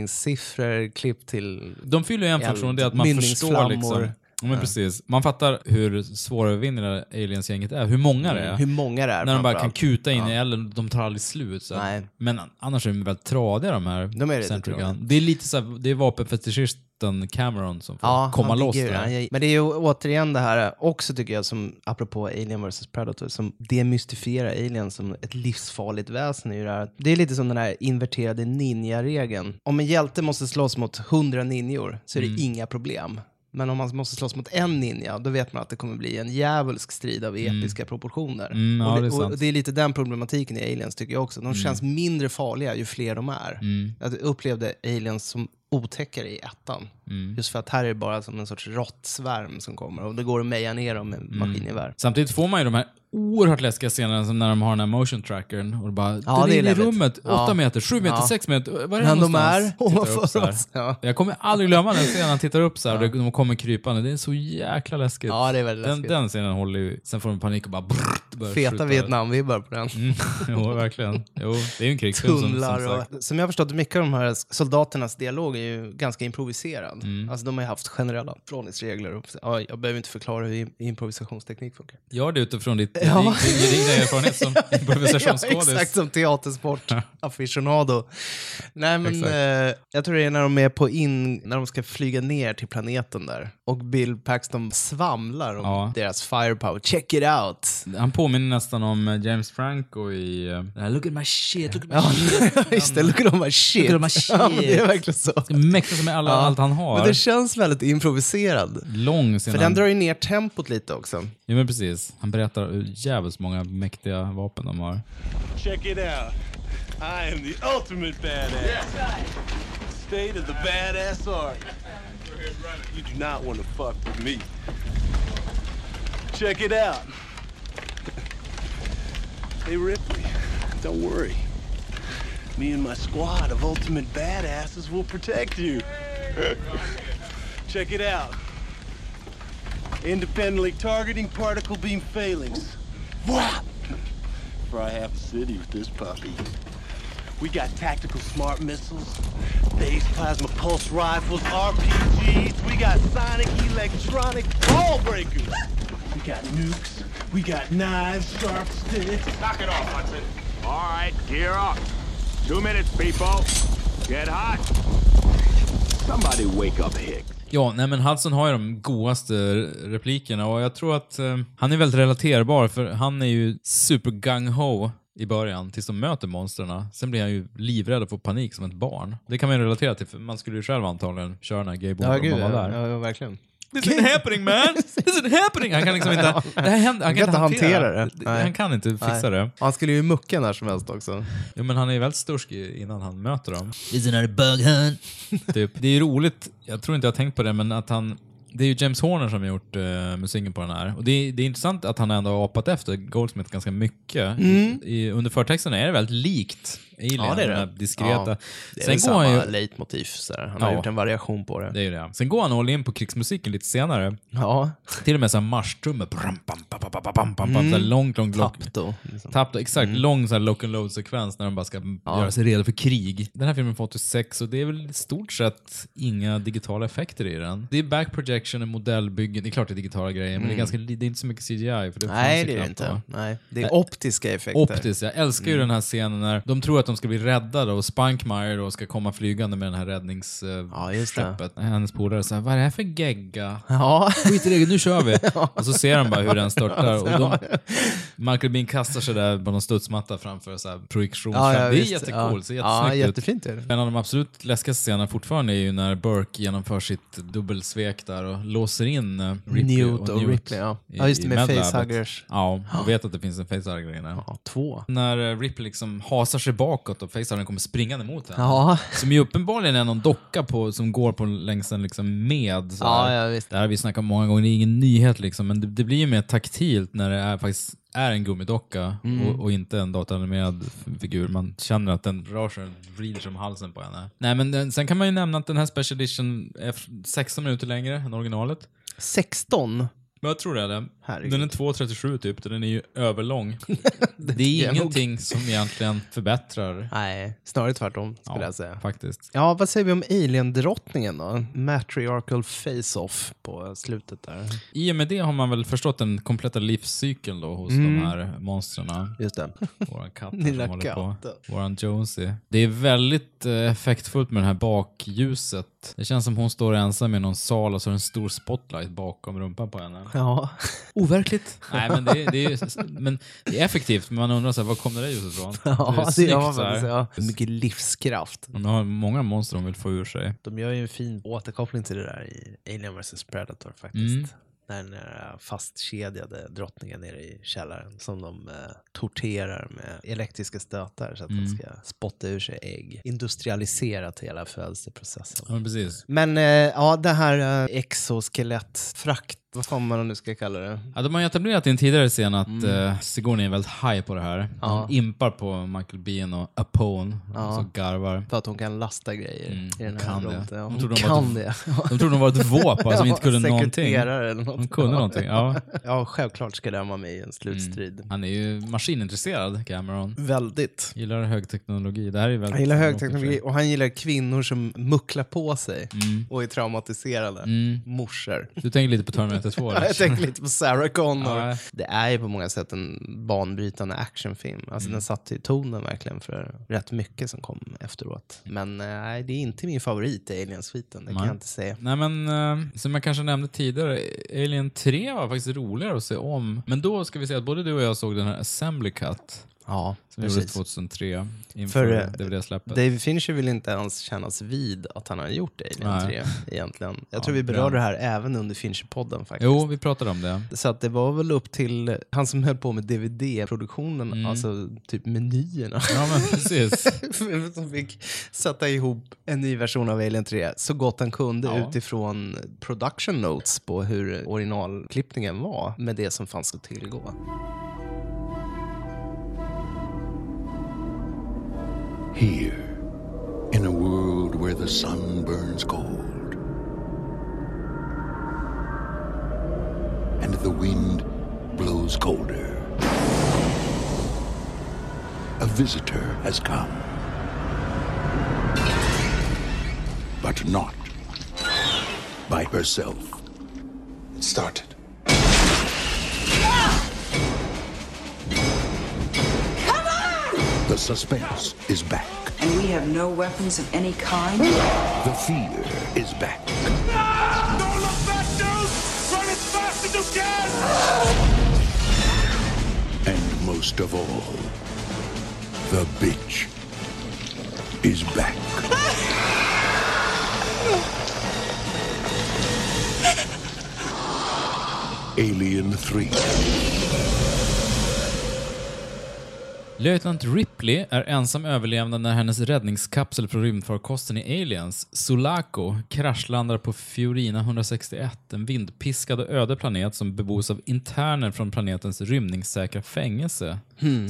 Speaker 2: nedräkningssiffror, klipp till...
Speaker 1: De fyller ju en funktion, det är att man förstår
Speaker 2: Mynningsflammor.
Speaker 1: liksom. Ja, men precis. Man fattar hur svårövervinnliga aliens-gänget är, hur många det är.
Speaker 2: Mm. Hur många det är
Speaker 1: När de bara kan
Speaker 2: framförallt.
Speaker 1: kuta in i elden, de tar aldrig slut. Så. att-
Speaker 2: Nej.
Speaker 1: Men annars är de väldigt tradiga de här
Speaker 2: De är lite
Speaker 1: Sentry
Speaker 2: tradiga.
Speaker 1: Gun. Det är lite så här, det är vapenfetischisten Cameron som får komma
Speaker 2: han
Speaker 1: loss
Speaker 2: ligger ju
Speaker 1: där.
Speaker 2: där. Men det är ju återigen det här också tycker jag, som apropå Alien vs Predator, som demystifierar Alien som ett livsfarligt väsen. Är ju det, här. det är lite som den här inverterade ninja-regeln. Om en hjälte måste slåss mot hundra ninjor så är
Speaker 1: Mm.
Speaker 2: det inga problem. Men om man måste slåss mot en ninja, då vet man att det kommer bli en djävulsk strid av episka proportioner.
Speaker 1: Mm, ja,
Speaker 2: och,
Speaker 1: det är
Speaker 2: det,
Speaker 1: sant. Mm.
Speaker 2: och det är lite den problematiken i Aliens tycker jag också. De känns mindre farliga ju fler de är. Jag upplevde Aliens som otäckare i ettan.
Speaker 1: mm.
Speaker 2: Just för att här är det bara som en sorts råttsvärm som kommer och det går att meja ner dem med
Speaker 1: Mm.
Speaker 2: maskingevär.
Speaker 1: Samtidigt får man ju de här oerhört läskiga scenerna som när de har den här motion trackern och det bara
Speaker 2: Ja,
Speaker 1: den
Speaker 2: det
Speaker 1: är
Speaker 2: är
Speaker 1: inne i
Speaker 2: läbbigt.
Speaker 1: rummet,
Speaker 2: Ja.
Speaker 1: åtta meter, sju meter,
Speaker 2: Ja.
Speaker 1: sex meter, var är
Speaker 2: Men de
Speaker 1: någonstans?
Speaker 2: är
Speaker 1: Tittar upp
Speaker 2: ovanför
Speaker 1: så här.
Speaker 2: oss, ja.
Speaker 1: Jag kommer aldrig glömma den scenen, han tittar upp så här och de kommer krypande, det är så jäkla läskigt.
Speaker 2: Ja, det är väldigt
Speaker 1: den,
Speaker 2: läskigt.
Speaker 1: den scenen håller ju, sen får de panik och bara brrrt, börjar
Speaker 2: Feta
Speaker 1: skjuta.
Speaker 2: Vietnamvibbar på den.
Speaker 1: jo, verkligen. Jo, det är ju en krigsfilm som, som
Speaker 2: Tunnlar
Speaker 1: sagt.
Speaker 2: och... Som jag har förstått mycket av de här soldaternas dialog är ju ganska improviserad.
Speaker 1: Mm.
Speaker 2: Alltså de har ju haft generella förhållningsregler. Och, ja, jag behöver inte förklara hur im- improvisationsteknik funkar.
Speaker 1: Gör det utifrån ditt
Speaker 2: Ja.
Speaker 1: gedigna gedigna erfarenhet som improvisationsskådis.
Speaker 2: Ja, exakt, som teatersport aficionado. Nej, men
Speaker 1: Exakt.
Speaker 2: eh, jag tror det är när de är på in, när de ska flyga ner till planeten där. Och Bill Paxton svamlar om
Speaker 1: Ja.
Speaker 2: deras firepower. Check it out!
Speaker 1: Han påminner nästan om eh, James Franco i... eh, den här Look at my shit, look at my shit.
Speaker 2: Just det, look at all my shit.
Speaker 1: Look at my shit.
Speaker 2: Ja, men det är verkligen så.
Speaker 1: Mäktig som är alla, allt han har.
Speaker 2: Men det känns väldigt improviserad.
Speaker 1: Lång scen.
Speaker 2: För den drar ju ner tempot lite också.
Speaker 1: Mm. Ja, men precis. Han berättar hur jävligt många mäktiga vapen de har.
Speaker 5: Check it out. I am the ultimate badass. State of the badass art. You do not want to fuck with me. Check it out. Hey Ripley, don't worry. Me and my squad of ultimate badasses will protect you. Check it out. Independently targeting particle beam failings. Whap! fry half the city with this puppy. We got tactical smart missiles, phased plasma pulse rifles, RPGs. We got sonic electronic ball breakers. We got nukes. We got knives, sharp sticks.
Speaker 9: Knock it off, Hudson. All right, gear up. Two minutes, people. Get hot.
Speaker 8: Somebody wake up Hicks.
Speaker 1: Ja, nej men Hudson har ju de godaste replikerna och jag tror att eh, han är väldigt relaterbar för han är ju super gung-ho i början tills de möter monstren. Sen blir han ju livrädd och får panik som ett barn. Det kan man ju relatera till för man skulle ju själv antagligen köra den här gayboarden
Speaker 2: Ja,
Speaker 1: om
Speaker 2: gud.
Speaker 1: man var där.
Speaker 2: Ja, ja, verkligen.
Speaker 1: This isn't happening man! This isn't happening! Han kan liksom inte, det här händer, han kan inte hantera det.
Speaker 2: Nej.
Speaker 1: Han kan inte fixa
Speaker 2: Nej.
Speaker 1: det.
Speaker 2: Och Han skulle ju mucka när som helst också.
Speaker 1: Jo, men han är ju väldigt stursk i- innan han möter dem. Isn't it a bug hunt? typ. Det är ju roligt, jag tror inte jag har tänkt på det, men att han... Det är ju James Horner som har gjort eh, musiken på den här. Och det är, det är intressant att han ändå har apat efter Goldsmith ganska mycket. I, under förtexten är det väldigt likt Alien,
Speaker 2: Mm. Ja, det är det.
Speaker 1: den här diskreta.
Speaker 2: Ja, Det är
Speaker 1: Sen
Speaker 2: väl
Speaker 1: går
Speaker 2: samma
Speaker 1: han ju...
Speaker 2: leitmotiv. Sådär. Han
Speaker 1: Ja.
Speaker 2: har gjort en variation på det.
Speaker 1: Det är ju det. Sen går han all in på krigsmusiken lite senare.
Speaker 2: Ja,
Speaker 1: Till och med så här marschtrummor. Bram, bam, bam, bam, bam, bam, bam, så här
Speaker 2: Mm.
Speaker 1: Långt, långt, långt.
Speaker 2: Tapto. Liksom.
Speaker 1: Tappt, exakt. Lång så här lock and load-sekvens när de bara ska göra sig redo för krig. Den här filmen är från 86 och det är väl i stort sett inga digitala effekter i den. Det är back projection och modellbyggen. Det är klart det är digitala grejer, men det är, ganska, li- det är inte så mycket CGI. För det
Speaker 2: Mm. Nej,
Speaker 1: fanns ju
Speaker 2: det är det
Speaker 1: knappt
Speaker 2: inte. Mm.
Speaker 1: då.
Speaker 2: Nej. Det är optiska effekter.
Speaker 1: Optiskt, jag älskar ju den här scenen när de tror att de ska bli räddade och Spankmeyer då ska komma flygande med den här
Speaker 2: Ja, just det.
Speaker 1: räddningsskeppet. Hennes polare säger vad är det här för gegga?
Speaker 2: Ja.
Speaker 1: Skit i det, nu kör vi. Och så ser de bara hur den störtar. Och de, Michael Bean kastar sig där på någon studsmatta framför så här projektion. det är
Speaker 2: visst.
Speaker 1: jättecoolt, ser
Speaker 2: Ja,
Speaker 1: jättesnyggt ut.
Speaker 2: jättefint är det.
Speaker 1: En av de absolut läskigaste scenerna fortfarande är ju när Burke genomför sitt dubbelsvek där och låser in eh, Ripley
Speaker 2: Newt och
Speaker 1: Newt
Speaker 2: Ripley, ja.
Speaker 1: i-
Speaker 2: Ja, just det,
Speaker 1: i
Speaker 2: med
Speaker 1: medlabbet.
Speaker 2: facehuggers.
Speaker 1: Ja, och vet att det finns en facehugger inne.
Speaker 2: Ja, två.
Speaker 1: När eh, Ripley liksom hasar sig bakåt och facehuggern kommer springande mot henne.
Speaker 2: Ja.
Speaker 1: Som ju uppenbarligen är någon docka på, som går på längs en liksom med. Så
Speaker 2: Ja,
Speaker 1: här.
Speaker 2: ja, visst.
Speaker 1: Det här har vi snackat om många gånger, det är ingen nyhet liksom, men det, det blir ju mer taktilt när det är, faktiskt är en gummidocka
Speaker 2: Mm.
Speaker 1: och, och inte en datoranimerad f- figur. Man känner att den rör sig, vrider sig om halsen på henne. Nej, men den, sen kan man ju nämna att den här special edition är f- 16 minuter längre än originalet.
Speaker 2: 16.
Speaker 1: Men jag tror det är det.
Speaker 2: Herregud.
Speaker 1: Den är 2.37 typ, den är ju överlång. det är
Speaker 2: jag nog.
Speaker 1: ingenting som egentligen förbättrar.
Speaker 2: Nej, snarare tvärtom skulle jag säga.
Speaker 1: faktiskt.
Speaker 2: Ja, vad säger vi om Alien-drottningen då? Matriarchal face-off på slutet där.
Speaker 1: I och med det har man väl förstått den kompletta livscykeln då hos de här monstren.
Speaker 2: Just det.
Speaker 1: Våran katt här
Speaker 2: Mm. Lilla
Speaker 1: som håller på.
Speaker 2: katten.
Speaker 1: Våran Jonesy. Det är väldigt eh, effektfullt med det här bakljuset. Det känns som hon står ensam i någon sal och så har en stor spotlight bakom rumpan på henne.
Speaker 2: Ja.
Speaker 1: Overkligt. Nej, men det, är- det, är, ju- men det är effektivt, men man undrar så här, var kom det där ljuset ifrån?
Speaker 2: Ja, det
Speaker 1: snyggt
Speaker 2: gör man
Speaker 1: så här.
Speaker 2: faktiskt. Ja. Mycket livskraft.
Speaker 1: Hon har många monster hon vill få ur sig.
Speaker 2: De gör ju en fin återkoppling till det där i Alien vs Predator faktiskt.
Speaker 1: Mm.
Speaker 2: När den här äh, fastkedjade drottningen nere i källaren som de eh, torterar med elektriska stötar så att
Speaker 1: Mm.
Speaker 2: den ska spotta ur sig ägg. Industrialiserat hela födelseprocessen.
Speaker 1: Ja, men precis.
Speaker 2: Men eh, ja, det här eh, exoskelettfrakt, vad fan man nu ska kalla det.
Speaker 1: Ja, de har ju etablerat i en tidigare scen att
Speaker 2: Mm.
Speaker 1: eh, Sigourney är väldigt high på det här. Hon impar på Michael Bean och Apone och så garvar.
Speaker 2: För att hon kan lasta grejer i den här
Speaker 1: Mm, kan det.
Speaker 2: roboten.
Speaker 1: De
Speaker 2: Ja, Hon
Speaker 1: trodde de var
Speaker 2: kan
Speaker 1: ett-
Speaker 2: det.
Speaker 1: De trodde hon var ett våp, alltså, som inte kunde
Speaker 2: Ja,
Speaker 1: någonting.
Speaker 2: sekreterare eller något.
Speaker 1: Hon kunde någonting, ja.
Speaker 2: Ja, självklart ska den vara med i en slutstrid.
Speaker 1: Han är ju maskinintresserad, Cameron.
Speaker 2: Väldigt.
Speaker 1: Gillar högteknologi. Det här är ju väldigt
Speaker 2: Han gillar
Speaker 1: tråkigt
Speaker 2: högteknologi
Speaker 1: för
Speaker 2: och han gillar kvinnor som mucklar på sig
Speaker 1: Mm.
Speaker 2: och är traumatiserade. Morsor.
Speaker 1: sig. Mm. Du tänker lite på Terminator liksom. 2?
Speaker 2: Ja, Jag tänker lite på Sarah Connor.
Speaker 1: Ja.
Speaker 2: Det är ju på många sätt en banbrytande actionfilm.
Speaker 1: Mm.
Speaker 2: Alltså den satte ju tonen verkligen för rätt mycket som kom efteråt. Men eh, nej, det är inte min favorit i Aliens-sviten, det kan jag inte säga.
Speaker 1: Nej men, eh, som jag kanske nämnde tidigare, Alien 3 var faktiskt roligare att se om. Men då ska vi säga att både du och jag såg den här Assembly Cut.
Speaker 2: Ja,
Speaker 1: Som gjordes
Speaker 2: precis.
Speaker 1: 2003
Speaker 2: För,
Speaker 1: inför
Speaker 2: eh,
Speaker 1: DVD-släppet.
Speaker 2: David Fincher vill inte ens kännas vid att han har gjort Alien
Speaker 1: Nej.
Speaker 2: 3 egentligen. Jag tror vi berörde det här även under Fincher-podden faktiskt.
Speaker 1: Jo, vi pratade om det.
Speaker 2: Så att det var väl upp till han som höll på med DVD-produktionen, alltså typ menyerna,
Speaker 1: Mm. Ja, men precis.
Speaker 2: som fick sätta ihop en ny version av Alien 3 så gott han kunde
Speaker 1: Ja.
Speaker 2: utifrån production notes på hur originalklippningen var med det som fanns att tillgå.
Speaker 10: Here, in a world where the sun burns cold and the wind blows colder, a visitor has come. But not by herself. It started. The suspense is back.
Speaker 11: And we have no weapons of any kind?
Speaker 10: The fear is back.
Speaker 9: Don't look back, dude! Run as fast as you can!
Speaker 10: And most of all, the bitch is back. Alien 3.
Speaker 1: Löjtnant Ripley är ensam överlevande när hennes räddningskapsel från rymdfarkosten i Aliens, Sulaco, kraschlandar på Fiorina 161, en vindpiskad och öde planet som bebos av interner från planetens rymningssäkra fängelse,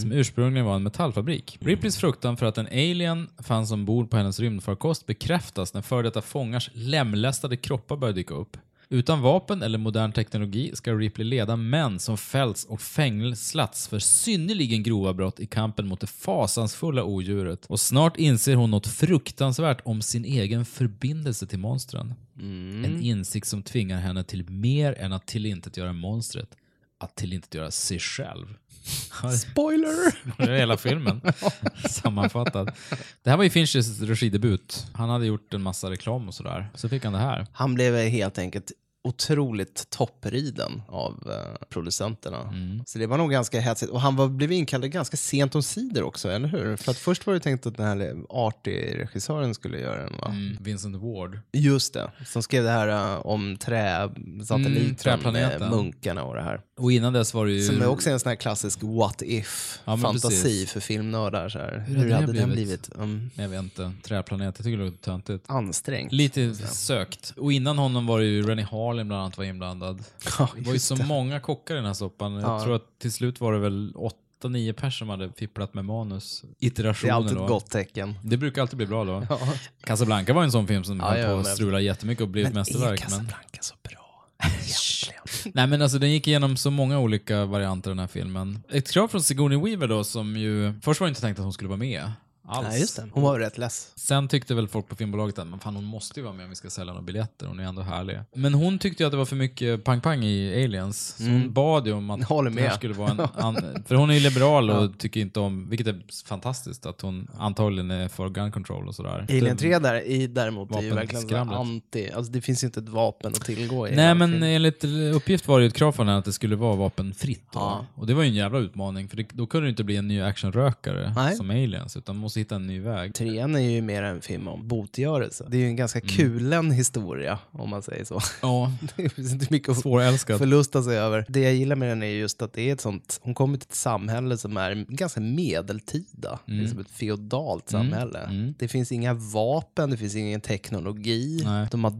Speaker 1: som ursprungligen var en metallfabrik. Ripleys fruktan för att en alien fanns ombord på hennes rymdfarkost bekräftas när före detta fångars lemlästade kroppar börjar dyka upp. Utan vapen eller modern teknologi ska Ripley leda män som fällts och fängslats för synnerligen grova brott i kampen mot det fasansfulla odjuret. Och snart inser hon något fruktansvärt om sin egen förbindelse till monstren. En insikt som tvingar henne till mer än att tillintetgöra monstret. Att tillintetgöra sig själv.
Speaker 2: Spoiler!
Speaker 1: Det är hela filmen sammanfattad. Det här var ju Finchers regidebut. Han hade gjort en massa reklam och sådär. Så fick han det här.
Speaker 2: Han blev helt enkelt otroligt toppriden av eh, producenterna.
Speaker 1: Mm.
Speaker 2: Så det var nog ganska hetsigt. Och han var, blev inkallad ganska sent om sidor också, eller hur? För att först var det tänkt att den här Artie-regissören skulle göra den, va?
Speaker 1: Vincent Ward.
Speaker 2: Just det, som skrev det här eh, om
Speaker 1: Mm,
Speaker 2: träsatelliten
Speaker 1: träplaneten.
Speaker 2: med munkarna och det här.
Speaker 1: Och innan dess var det ju...
Speaker 2: Som är också en sån här klassisk what
Speaker 1: Ja, men
Speaker 2: if-fantasi
Speaker 1: precis.
Speaker 2: för filmnördar. Så här. Hur,
Speaker 1: hade
Speaker 2: hade
Speaker 1: det
Speaker 2: den
Speaker 1: blivit?
Speaker 2: blivit? Mm,
Speaker 1: Jag vet inte. Träplanet. Jag tycker det låter töntigt.
Speaker 2: ansträngt.
Speaker 1: Lite sökt. Och innan honom var det ju Rennie Harlin bland annat var inblandad.
Speaker 2: Ja,
Speaker 1: Det var ju
Speaker 2: just
Speaker 1: så många kockar i den här soppan. Jag
Speaker 2: Ja.
Speaker 1: tror att till slut var det väl åtta, nio personer som hade fipplat med manus.
Speaker 2: det
Speaker 1: Iterationer
Speaker 2: är alltid
Speaker 1: då.
Speaker 2: ett gott tecken.
Speaker 1: Det brukar alltid bli bra då. Casablanca var ju en sån film som höll
Speaker 2: ja,
Speaker 1: på att
Speaker 2: men-
Speaker 1: strula jättemycket och blev ett mästerverk. Men...
Speaker 2: så bra? Egentligen.
Speaker 1: Nej men alltså den gick igenom så många olika varianter den här filmen. Ett krav från Sigourney Weaver då som ju, först var det inte tänkt att hon skulle vara med alls.
Speaker 2: Nej, just det. Hon var ju rätt less.
Speaker 1: Sen tyckte väl folk på filmbolaget att men fan, hon måste ju vara med om vi ska sälja några biljetter, hon är ändå härlig. Men hon tyckte ju att det var för mycket pang-pang i Aliens, så hon bad ju om att
Speaker 2: Mm. Håller
Speaker 1: det här
Speaker 2: med.
Speaker 1: skulle vara en... An, för hon är ju liberal och tycker inte om, vilket är fantastiskt, att hon antagligen är för gun control och sådär.
Speaker 2: Alien 3 där, i, däremot är ju verkligen så här
Speaker 1: Vapenskramlet.
Speaker 2: anti. Alltså det finns ju inte ett vapen att tillgå i.
Speaker 1: Nej
Speaker 2: den här
Speaker 1: men
Speaker 2: filmen.
Speaker 1: enligt uppgift var det ju ett krav från henne att det skulle vara vapenfritt. Då.
Speaker 2: Ja.
Speaker 1: Och det var ju en jävla utmaning för det, då kunde det inte bli en ny actionrökare
Speaker 2: Nej.
Speaker 1: som aliens utan man måste hitta en ny väg.
Speaker 2: Trean är ju mer en film om botgörelse. Det är ju en ganska
Speaker 1: Mm.
Speaker 2: kulen historia, om man säger så.
Speaker 1: Ja,
Speaker 2: Det är inte mycket att
Speaker 1: svårälskad.
Speaker 2: förlusta sig över. Det jag gillar med den är just att det är ett sånt, hon kommer till ett samhälle som är ganska medeltida,
Speaker 1: Mm.
Speaker 2: liksom ett feodalt samhälle. Det finns inga vapen, det finns ingen teknologi.
Speaker 1: Nej. Mm.
Speaker 2: De har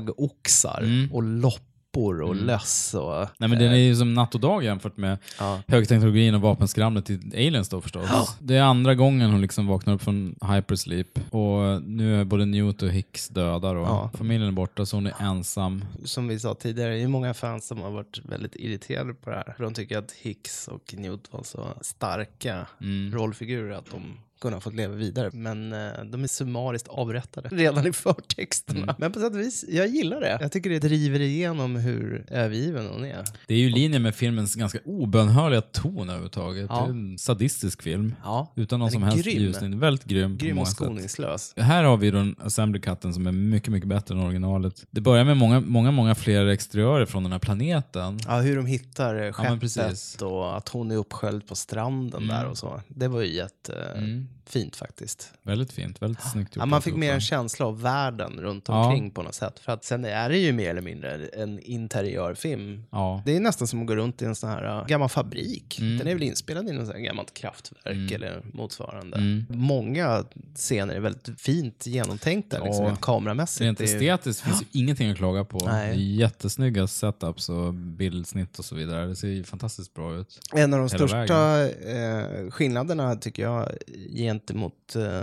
Speaker 2: dragoxar och loppor och löss och...
Speaker 1: Nej men den är ju som natt och dag jämfört med
Speaker 2: Eh. Ja.
Speaker 1: högteknologin och vapenskramlet i Aliens då förstås. Det är andra gången hon liksom vaknar upp från hypersleep och nu är både Newt och Hicks döda och
Speaker 2: Ja.
Speaker 1: familjen är borta så hon är ensam.
Speaker 2: Som vi sa tidigare, det är ju många fans som har varit väldigt irriterade
Speaker 1: Mm.
Speaker 2: på det här. För de tycker att Hicks och Newt var så starka rollfigurer att de flickorna har fått leva vidare, men eh, de är summariskt avrättade redan i förtexterna.
Speaker 1: Mm.
Speaker 2: Men på sätt och vis, jag gillar det. Jag tycker det driver igenom hur övergiven hon är.
Speaker 1: Det är ju i linje med filmens ganska obönhörliga ton överhuvudtaget.
Speaker 2: Ja.
Speaker 1: Det är en sadistisk film.
Speaker 2: Ja.
Speaker 1: Utan någon
Speaker 2: Den är
Speaker 1: som helst
Speaker 2: grym.
Speaker 1: ljusning. Väldigt grym,
Speaker 2: Grym
Speaker 1: på
Speaker 2: och
Speaker 1: många sätt.
Speaker 2: skoningslös.
Speaker 1: Här har vi då den Assembly Cutten som är mycket, mycket bättre än originalet. Det börjar med många, många, många fler exteriörer från den här planeten.
Speaker 2: Ja, hur de hittar eh,
Speaker 1: men
Speaker 2: skeppet
Speaker 1: precis. Mm.
Speaker 2: och att hon är uppsköljd på stranden där och så. Det var ju jättefint fint faktiskt.
Speaker 1: Väldigt fint, väldigt snyggt gjort.
Speaker 2: Ah. Ja, man fick
Speaker 1: alltihopa.
Speaker 2: mer en känsla av världen runt
Speaker 1: Ja.
Speaker 2: omkring på något sätt. För att sen är det ju mer eller mindre en interiörfilm.
Speaker 1: Ja. Mm.
Speaker 2: Det är nästan som att gå runt i en sån här uh, gammal fabrik. Den är väl inspelad i något sånt här gammalt kraftverk eller motsvarande.
Speaker 1: Mm.
Speaker 2: Många scener är väldigt fint genomtänkta liksom,
Speaker 1: Ja.
Speaker 2: rent kameramässigt.
Speaker 1: Rent
Speaker 2: Det är ju-
Speaker 1: estetiskt finns ju ingenting att klaga på.
Speaker 2: Nej.
Speaker 1: Det är Jättesnygga setups och bildsnitt och så vidare. Det ser ju fantastiskt bra ut.
Speaker 2: En av de
Speaker 1: Hela
Speaker 2: största eh, skillnaderna tycker jag gentemot eh,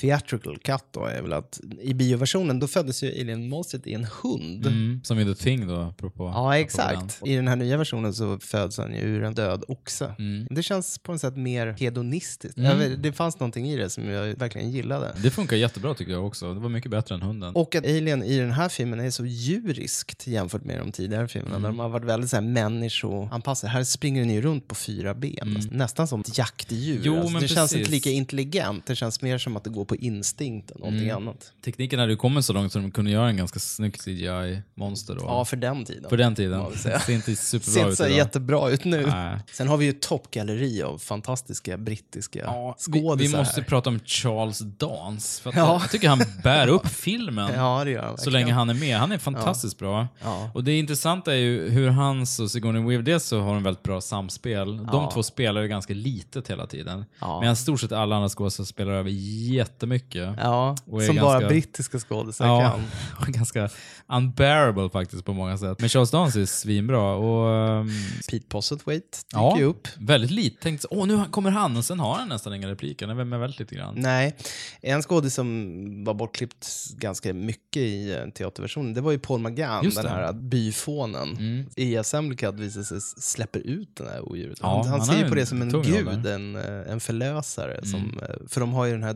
Speaker 2: Theatrical Cut då, är väl att i bioversionen då föddes ju Alien Monstret i en hund.
Speaker 1: Mm. Som i The Thing då, apropå.
Speaker 2: Ja,
Speaker 1: Apropå
Speaker 2: exakt.
Speaker 1: den.
Speaker 2: I den här nya versionen så föds han ju ur en död oxe.
Speaker 1: Mm.
Speaker 2: Det känns på något sätt mer hedonistiskt. Jag vet, det fanns någonting i det som jag verkligen gillade.
Speaker 1: Det funkar jättebra tycker jag också. Det var mycket bättre än hunden.
Speaker 2: Och att Alien i den här filmen är så djuriskt jämfört med de tidigare filmerna.
Speaker 1: Mm.
Speaker 2: Där de har varit väldigt så här människoanpassade. Här springer den ju runt på fyra ben. Alltså, Nästan som ett jaktdjur.
Speaker 1: Mm. Jo,
Speaker 2: alltså, det
Speaker 1: men
Speaker 2: känns inte
Speaker 1: precis.
Speaker 2: lika intelligent. Det känns mer som att det går på instinkt än någonting
Speaker 1: Mm.
Speaker 2: annat.
Speaker 1: Tekniken hade ju kommit så långt så de kunde göra en ganska snygg CGI-monster då.
Speaker 2: Ja, för den tiden.
Speaker 1: På den tiden.
Speaker 2: Ja, det ser-
Speaker 1: Det ser inte
Speaker 2: ser
Speaker 1: superbra
Speaker 2: inte
Speaker 1: ut
Speaker 2: så
Speaker 1: idag.
Speaker 2: jättebra ut nu.
Speaker 1: Nej.
Speaker 2: Sen har vi ju ett toppgalleri av fantastiska brittiska
Speaker 1: Ja, vi,
Speaker 2: skådisar.
Speaker 1: vi måste
Speaker 2: här.
Speaker 1: prata om Charles Dance. För att
Speaker 2: Ja.
Speaker 1: Jag tycker han bär upp filmen.
Speaker 2: Ja, det gör han
Speaker 1: Så
Speaker 2: verkligen.
Speaker 1: länge han är med. Han är fantastiskt bra.
Speaker 2: Ja.
Speaker 1: Och det intressanta är ju hur hans och Sigourney Weaver, dels så har de väldigt bra samspel. De
Speaker 2: Ja.
Speaker 1: två spelar ju ganska litet hela tiden.
Speaker 2: Ja.
Speaker 1: Medan stort sett alla andra skådespelare spelar över jättemycket.
Speaker 2: Ja, som
Speaker 1: Och är
Speaker 2: bara
Speaker 1: ganska-
Speaker 2: brittiska skådisar
Speaker 1: Ja,
Speaker 2: kan.
Speaker 1: och ganska unbearable faktiskt på många sätt. Men Charles Dance är svinbra och... ehm,
Speaker 2: Pete Postlethwaite dyker
Speaker 1: ja,
Speaker 2: ju upp.
Speaker 1: väldigt lite. Tänkt, åh nu kommer han och sen har han nästan inga repliker. Han är med väldigt lite grann.
Speaker 2: Nej, en skådis som var bortklippt ganska mycket i eh, teaterversionen, det var ju Paul McGann,
Speaker 1: Just
Speaker 2: den
Speaker 1: det. Mm.
Speaker 2: här byfånen. I Assembly Cut visar sig s- släpper ut den här odjuret.
Speaker 1: Ja,
Speaker 2: han, han
Speaker 1: han
Speaker 2: ser ju
Speaker 1: är
Speaker 2: på det
Speaker 1: en
Speaker 2: som en
Speaker 1: tung roll
Speaker 2: gud,
Speaker 1: där. Mm.
Speaker 2: en, eh, en förlösare. Som, eh, för de har ju den här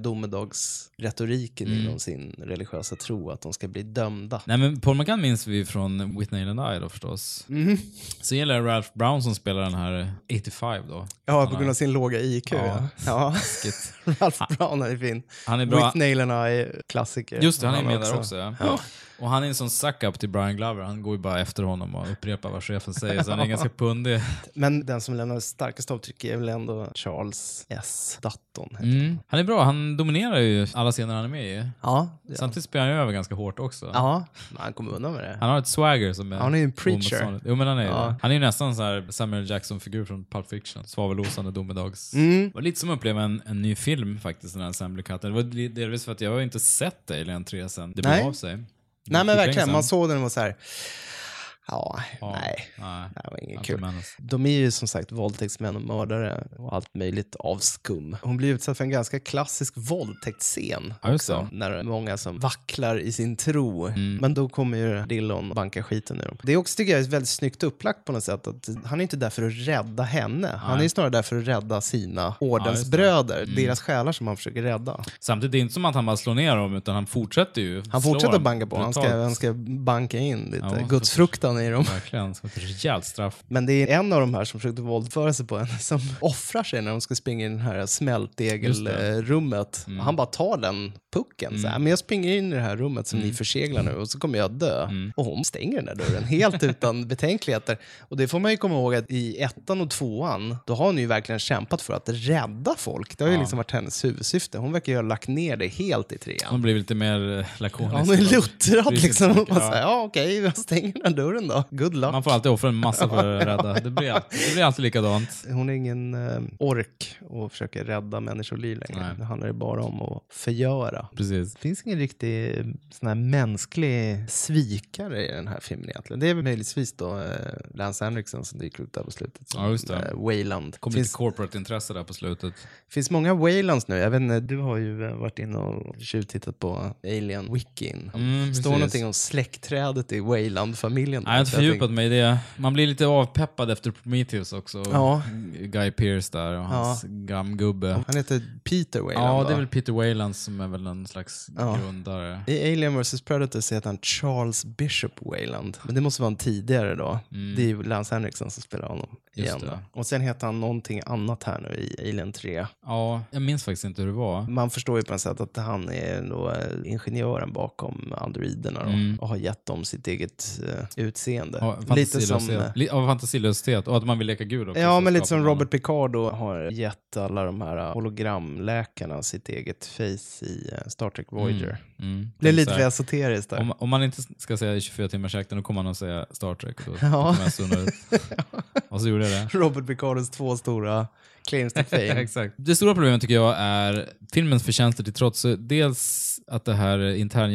Speaker 2: domedagsretoriken inom sin religiösa tro, att de ska bli dömda.
Speaker 1: Mm. Nej men Paul McGann minns vi från Whitney and I då förstås. Sen gäller det Ralph Brown som spelar den här 85 då.
Speaker 2: Ja, på grund av sin låga IQ. Ja.
Speaker 1: Ja.
Speaker 2: ja.
Speaker 1: Skit.
Speaker 2: Ralph Brown är fin.
Speaker 1: Han är bra.
Speaker 2: Whitney är klassiker.
Speaker 1: Just det, han är med där också. Ja. Och han är en sån suck-up till Brian Glover. Han går ju bara efter honom och upprepar vad chefen säger, så han är ganska pundig.
Speaker 2: Men den som lämnar starkast avtryck är väl ändå Charles S. Dutton. heter han.
Speaker 1: Mm. Han är bra, han dominerar ju alla scener han är med i.
Speaker 2: Ja, ja.
Speaker 1: Samtidigt spelar han ju över ganska hårt också.
Speaker 2: ja, men han kommer undan med det.
Speaker 1: Han har ett swagger som är...
Speaker 2: Han är ju en preacher.
Speaker 1: omotståndligt. Jo, men han är ju
Speaker 2: Ja.
Speaker 1: det. Han är ju nästan så här Samuel Jackson-figur från Pulp Fiction. Svavelosande domedags...
Speaker 2: Mm.
Speaker 1: Det var lite som att uppleva en, en ny film faktiskt, den här Assembly Cut. Det var li- delvis för att jag har inte sett Alien 3 sen det
Speaker 2: Nej.
Speaker 1: begav sig. Det var
Speaker 2: Nej men
Speaker 1: skitlänge
Speaker 2: verkligen,
Speaker 1: sedan.
Speaker 2: man såg den och var så här, ja, nej.
Speaker 1: Nej.
Speaker 2: Det här var inget
Speaker 1: Allt
Speaker 2: kul.
Speaker 1: menas.
Speaker 2: De är ju som sagt våldtäktsmän och mördare och allt möjligt avskum. Hon blir utsatt för en ganska klassisk våldtäktsscen
Speaker 1: Ja, just Mm.
Speaker 2: också. När det är många som vacklar i sin tro. Men då kommer ju Dillon och bankar skiten ur dem. Det är också tycker jag är väldigt snyggt upplagt på något sätt. Att han är inte där för att rädda henne. Han är ju snarare där för att rädda sina ordensbröder.
Speaker 1: Mm.
Speaker 2: Deras själar som han försöker rädda.
Speaker 1: Samtidigt, det är inte som att han bara slår ner dem, utan han fortsätter ju.
Speaker 2: Han
Speaker 1: slå
Speaker 2: fortsätter
Speaker 1: dem
Speaker 2: banka på. Han ska,
Speaker 1: brutalt.
Speaker 2: han ska banka in lite
Speaker 1: Ja,
Speaker 2: gudsfruktan i dem.
Speaker 1: Verkligen, som ett rejält straff.
Speaker 2: Men det är en av de här som försökte våldföra sig på henne som offrar sig när de ska springa in i det här smältdegelrummet.
Speaker 1: Mm.
Speaker 2: Han bara tar den pucken. Så här, men jag springer in i det här rummet som ni
Speaker 1: Mm.
Speaker 2: förseglar nu och så kommer jag dö. Och hon stänger den där dörren helt utan betänkligheter. Och det får man ju komma ihåg att i ettan och tvåan, då har hon ju verkligen kämpat för att rädda folk. Det har ju liksom varit hennes huvudsyfte. Hon verkar ju ha lagt ner det helt i trean.
Speaker 1: Han blir lite mer eh, lakonisk.
Speaker 2: Ja, Hon är luttrad
Speaker 1: Precis,
Speaker 2: liksom. Hon
Speaker 1: säkert,
Speaker 2: bara
Speaker 1: ja.
Speaker 2: säger, ja okej, jag stänger den här dörren då. Good luck.
Speaker 1: Man får alltid offra en massa för att rädda. Det blir, alltid, det blir alltid likadant.
Speaker 2: Hon är ingen eh, ork och försöker rädda människoliv längre.
Speaker 1: Nej.
Speaker 2: Det handlar ju bara om att förgöra. Ja.
Speaker 1: Precis.
Speaker 2: Det finns ingen riktig eh, sån här mänsklig svikare i den här filmen egentligen. Det är väl möjligtvis då eh, Lance Henriksen som dyker upp där på slutet. Som,
Speaker 1: Ja, just det.
Speaker 2: eh, Wayland.
Speaker 1: Kom
Speaker 2: finns,
Speaker 1: lite corporate-intresse där på slutet.
Speaker 2: finns många Waylands nu. Jag vet inte, du har ju eh, varit inne och tjuvtittat på Alien Wikin.
Speaker 1: Mm,
Speaker 2: Står
Speaker 1: precis.
Speaker 2: någonting om släktträdet i Wayland-familjen?
Speaker 1: Nej, jag har inte
Speaker 2: Så jag
Speaker 1: fördjupat
Speaker 2: tänkte-
Speaker 1: mig i det. Man blir lite avpeppad efter Prometheus också.
Speaker 2: Ja.
Speaker 1: Guy Pearce där och hans gamgubbe.
Speaker 2: Han heter Peter Wayland
Speaker 1: Ja,
Speaker 2: va?
Speaker 1: det är väl Peter Wayland som är väl en slags
Speaker 2: Ja.
Speaker 1: grundare.
Speaker 2: I Alien vs Predator så heter han Charles Bishop Wayland. Men det måste vara en tidigare då. Det är ju Lance Henriksen som spelar honom
Speaker 1: Mm. Just
Speaker 2: igen.
Speaker 1: det.
Speaker 2: Och sen heter han någonting annat här nu i Alien 3.
Speaker 1: Ja, jag minns faktiskt inte hur det var.
Speaker 2: Man förstår ju på något sätt att han är då eh, ingenjören bakom androiderna då, och har gett dem sitt eget eh, utseende.
Speaker 1: Mm. Ja,
Speaker 2: lite som, eh,
Speaker 1: fantasilöshet. Li- Av fantasilöshet och att man vill leka gud också.
Speaker 2: ja,
Speaker 1: så
Speaker 2: men lite
Speaker 1: skapar
Speaker 2: som
Speaker 1: man-
Speaker 2: Robert Picard då har gett alla de här eh, hologramläkarna sitt eget face i eh, Star Trek Voyager.
Speaker 1: Mm.
Speaker 2: Det är
Speaker 1: Så
Speaker 2: lite
Speaker 1: här,
Speaker 2: för esoteriskt där.
Speaker 1: Om, om man inte ska säga 24 timmars jakten då kommer man att säga Star Trek. Då,
Speaker 2: Ja.
Speaker 1: då kommer jag sunda ut. Och så gjorde jag det.
Speaker 2: Robert Picardos två stora claims to fame.
Speaker 1: Exakt. Det stora problemet tycker jag är filmens förtjänster till trots. så Dels att det här intern,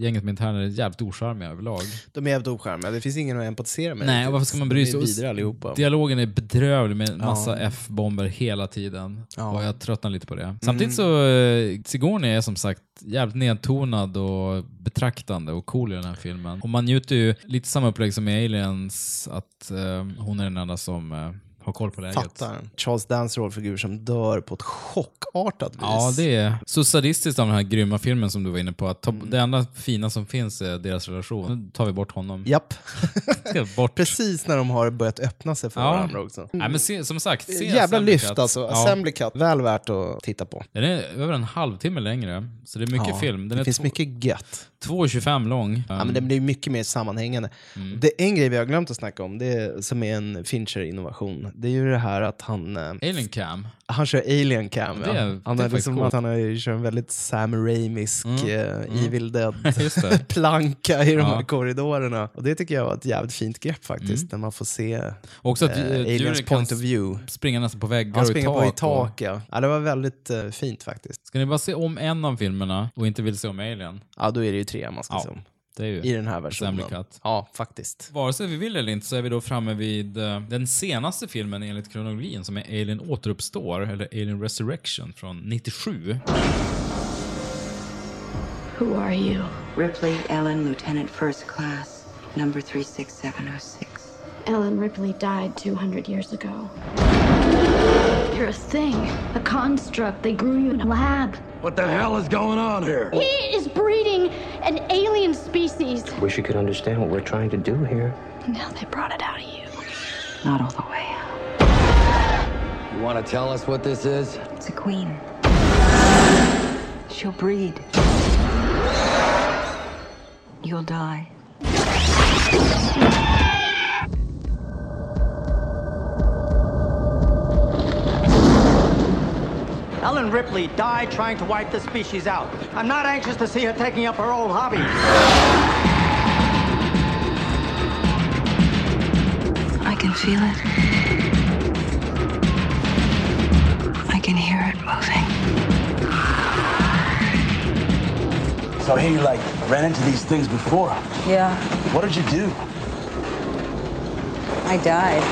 Speaker 1: gänget med interner är jävligt ocharmiga överlag.
Speaker 2: De är jävligt ocharmiga. Det finns ingen att empatisera med.
Speaker 1: Nej,
Speaker 2: riktigt.
Speaker 1: och varför ska man bry sig?
Speaker 2: De är
Speaker 1: Och
Speaker 2: vidriga allihopa.
Speaker 1: Dialogen är bedrövlig med massa F-bomber hela tiden.
Speaker 2: Ja. Mm.
Speaker 1: Och jag tröttnar lite på det. Samtidigt så, eh, Sigourney är som sagt jävligt nedtonad och betraktande och cool i den här filmen. Och man njuter ju lite samma upplägg som i Aliens, att eh, hon är den enda som eh, har koll på läget.
Speaker 2: Fattar. Charles Dance rollfigur som dör på ett chockartat vis.
Speaker 1: Ja, det är så sadistiskt av den här grymma filmen som du var inne på. Att ta,
Speaker 2: Mm.
Speaker 1: Det enda fina som finns är deras relation. Nu tar vi bort honom.
Speaker 2: Japp.
Speaker 1: Ska bort.
Speaker 2: Precis när de har börjat öppna sig för
Speaker 1: Ja.
Speaker 2: varandra också.
Speaker 1: Nej, men se, som sagt, se
Speaker 2: Jävla
Speaker 1: Assembly
Speaker 2: lyft
Speaker 1: Cut.
Speaker 2: alltså. Assembly Cut, väl värt att titta på.
Speaker 1: Den är över en halvtimme längre, så det är mycket
Speaker 2: Ja,
Speaker 1: film. Den
Speaker 2: det
Speaker 1: är Mm.
Speaker 2: finns
Speaker 1: tw-
Speaker 2: mycket gött.
Speaker 1: 2.25 lång.
Speaker 2: Ja, men det blir mycket mer sammanhängande.
Speaker 1: Mm.
Speaker 2: Det är en grej vi har glömt att snacka om, det är, som är en Fincher-innovation, det är ju det här att han... eh,
Speaker 1: Alien Cam.
Speaker 2: Han kör alien cam.
Speaker 1: Det är-
Speaker 2: ja. Han,
Speaker 1: det är
Speaker 2: är liksom,
Speaker 1: faktiskt coolt.
Speaker 2: att han är, kör en väldigt Sam Raimisk eh, Evil
Speaker 1: Just det.
Speaker 2: Dead-planka i de
Speaker 1: Ja. Mm.
Speaker 2: här korridorerna. Och det tycker jag var ett jävligt fint grepp faktiskt, när man får se eh,
Speaker 1: Också att eh,
Speaker 2: aliens
Speaker 1: djuren
Speaker 2: point
Speaker 1: kan
Speaker 2: of view.
Speaker 1: springa nästan på väggar
Speaker 2: Han
Speaker 1: och i
Speaker 2: springer
Speaker 1: tak.
Speaker 2: på i
Speaker 1: Och...
Speaker 2: tak, ja. ja. Det var väldigt eh, fint faktiskt.
Speaker 1: Ska ni bara se om en av filmerna och inte vill se om Alien?
Speaker 2: Ja, då är det ju tre man ska
Speaker 1: Ja.
Speaker 2: se om.
Speaker 1: Det är ju...
Speaker 2: I den här versionen.
Speaker 1: Assembly Cut.
Speaker 2: Ja, faktiskt.
Speaker 1: Vare sig vi vill eller inte så är vi då framme vid eh, den senaste filmen enligt kronologin som är Alien återuppstår, eller Alien Resurrection från 97.
Speaker 7: Who are you?
Speaker 11: Ripley Ellen, Lieutenant First Class, number 36706.
Speaker 12: Ellen Ripley died 200 years ago. You're a thing, a construct. They grew you in a lab.
Speaker 6: What the hell is going on here?
Speaker 12: He is breeding an alien species.
Speaker 13: Wish you could understand what we're trying to do here.
Speaker 12: Now they brought it out of you.
Speaker 11: Not all the way out.
Speaker 13: You want to tell us what this is?
Speaker 11: It's a queen. She'll breed. You'll die.
Speaker 14: Ellen Ripley died trying to wipe the species out. I'm not anxious to see her taking up her old hobby.
Speaker 7: I can feel it. I can hear it moving.
Speaker 5: So here you like ran into these things before.
Speaker 4: Yeah,
Speaker 5: What did you do?
Speaker 4: I died.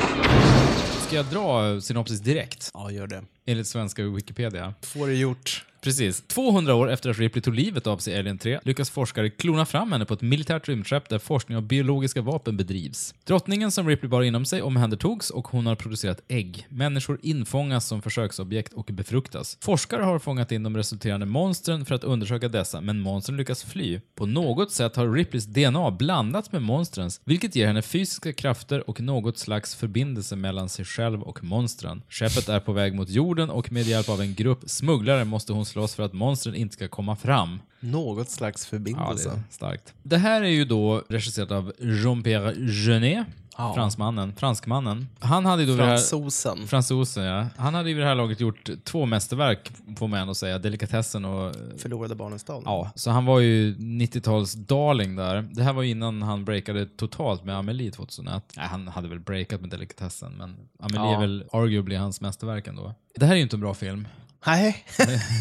Speaker 1: Ska jag dra eh, synopsis direkt?
Speaker 2: Ja, gör det.
Speaker 1: Enligt svenska Wikipedia.
Speaker 2: Får det gjort.
Speaker 1: Precis. 200 år efter att Ripley tog livet av sig i Alien 3 lyckas forskare klona fram henne på ett militärt rymdskepp där forskning av biologiska vapen bedrivs. Drottningen som Ripley bar inom sig omhändertogs och hon har producerat ägg. Människor infångas som försöksobjekt och befruktas. Forskare har fångat in de resulterande monstren för att undersöka dessa, men monstren lyckas fly. På något sätt har Ripleys DNA blandats med monstrens, vilket ger henne fysiska krafter och något slags förbindelse mellan sig själv och monstren. Skeppet är på väg mot jorden och med hjälp av en grupp smugglare måste hon slåss för att monstren inte ska komma fram.
Speaker 2: Något slags förbindelse.
Speaker 1: det är starkt. Det här är ju då regisserat av Jean-Pierre Jeunet, fransmannen, franskmannen. Han hade ju då vid det här-
Speaker 2: Fransosen.
Speaker 1: Fransosen, ja. Han hade ju vid det här laget gjort två mästerverk, får man ändå säga. Delikatessen och... eh,
Speaker 2: Förlorade barnens dag.
Speaker 1: Ja, så han var ju 90-tals darling där. Det här var ju innan han breakade totalt med Amelie 2001. Nej, han hade väl breakat med Delikatessen, men Amelie
Speaker 2: Ja.
Speaker 1: är väl arguably hans mästerverk ändå. Det här är ju inte en bra film.
Speaker 2: Nej.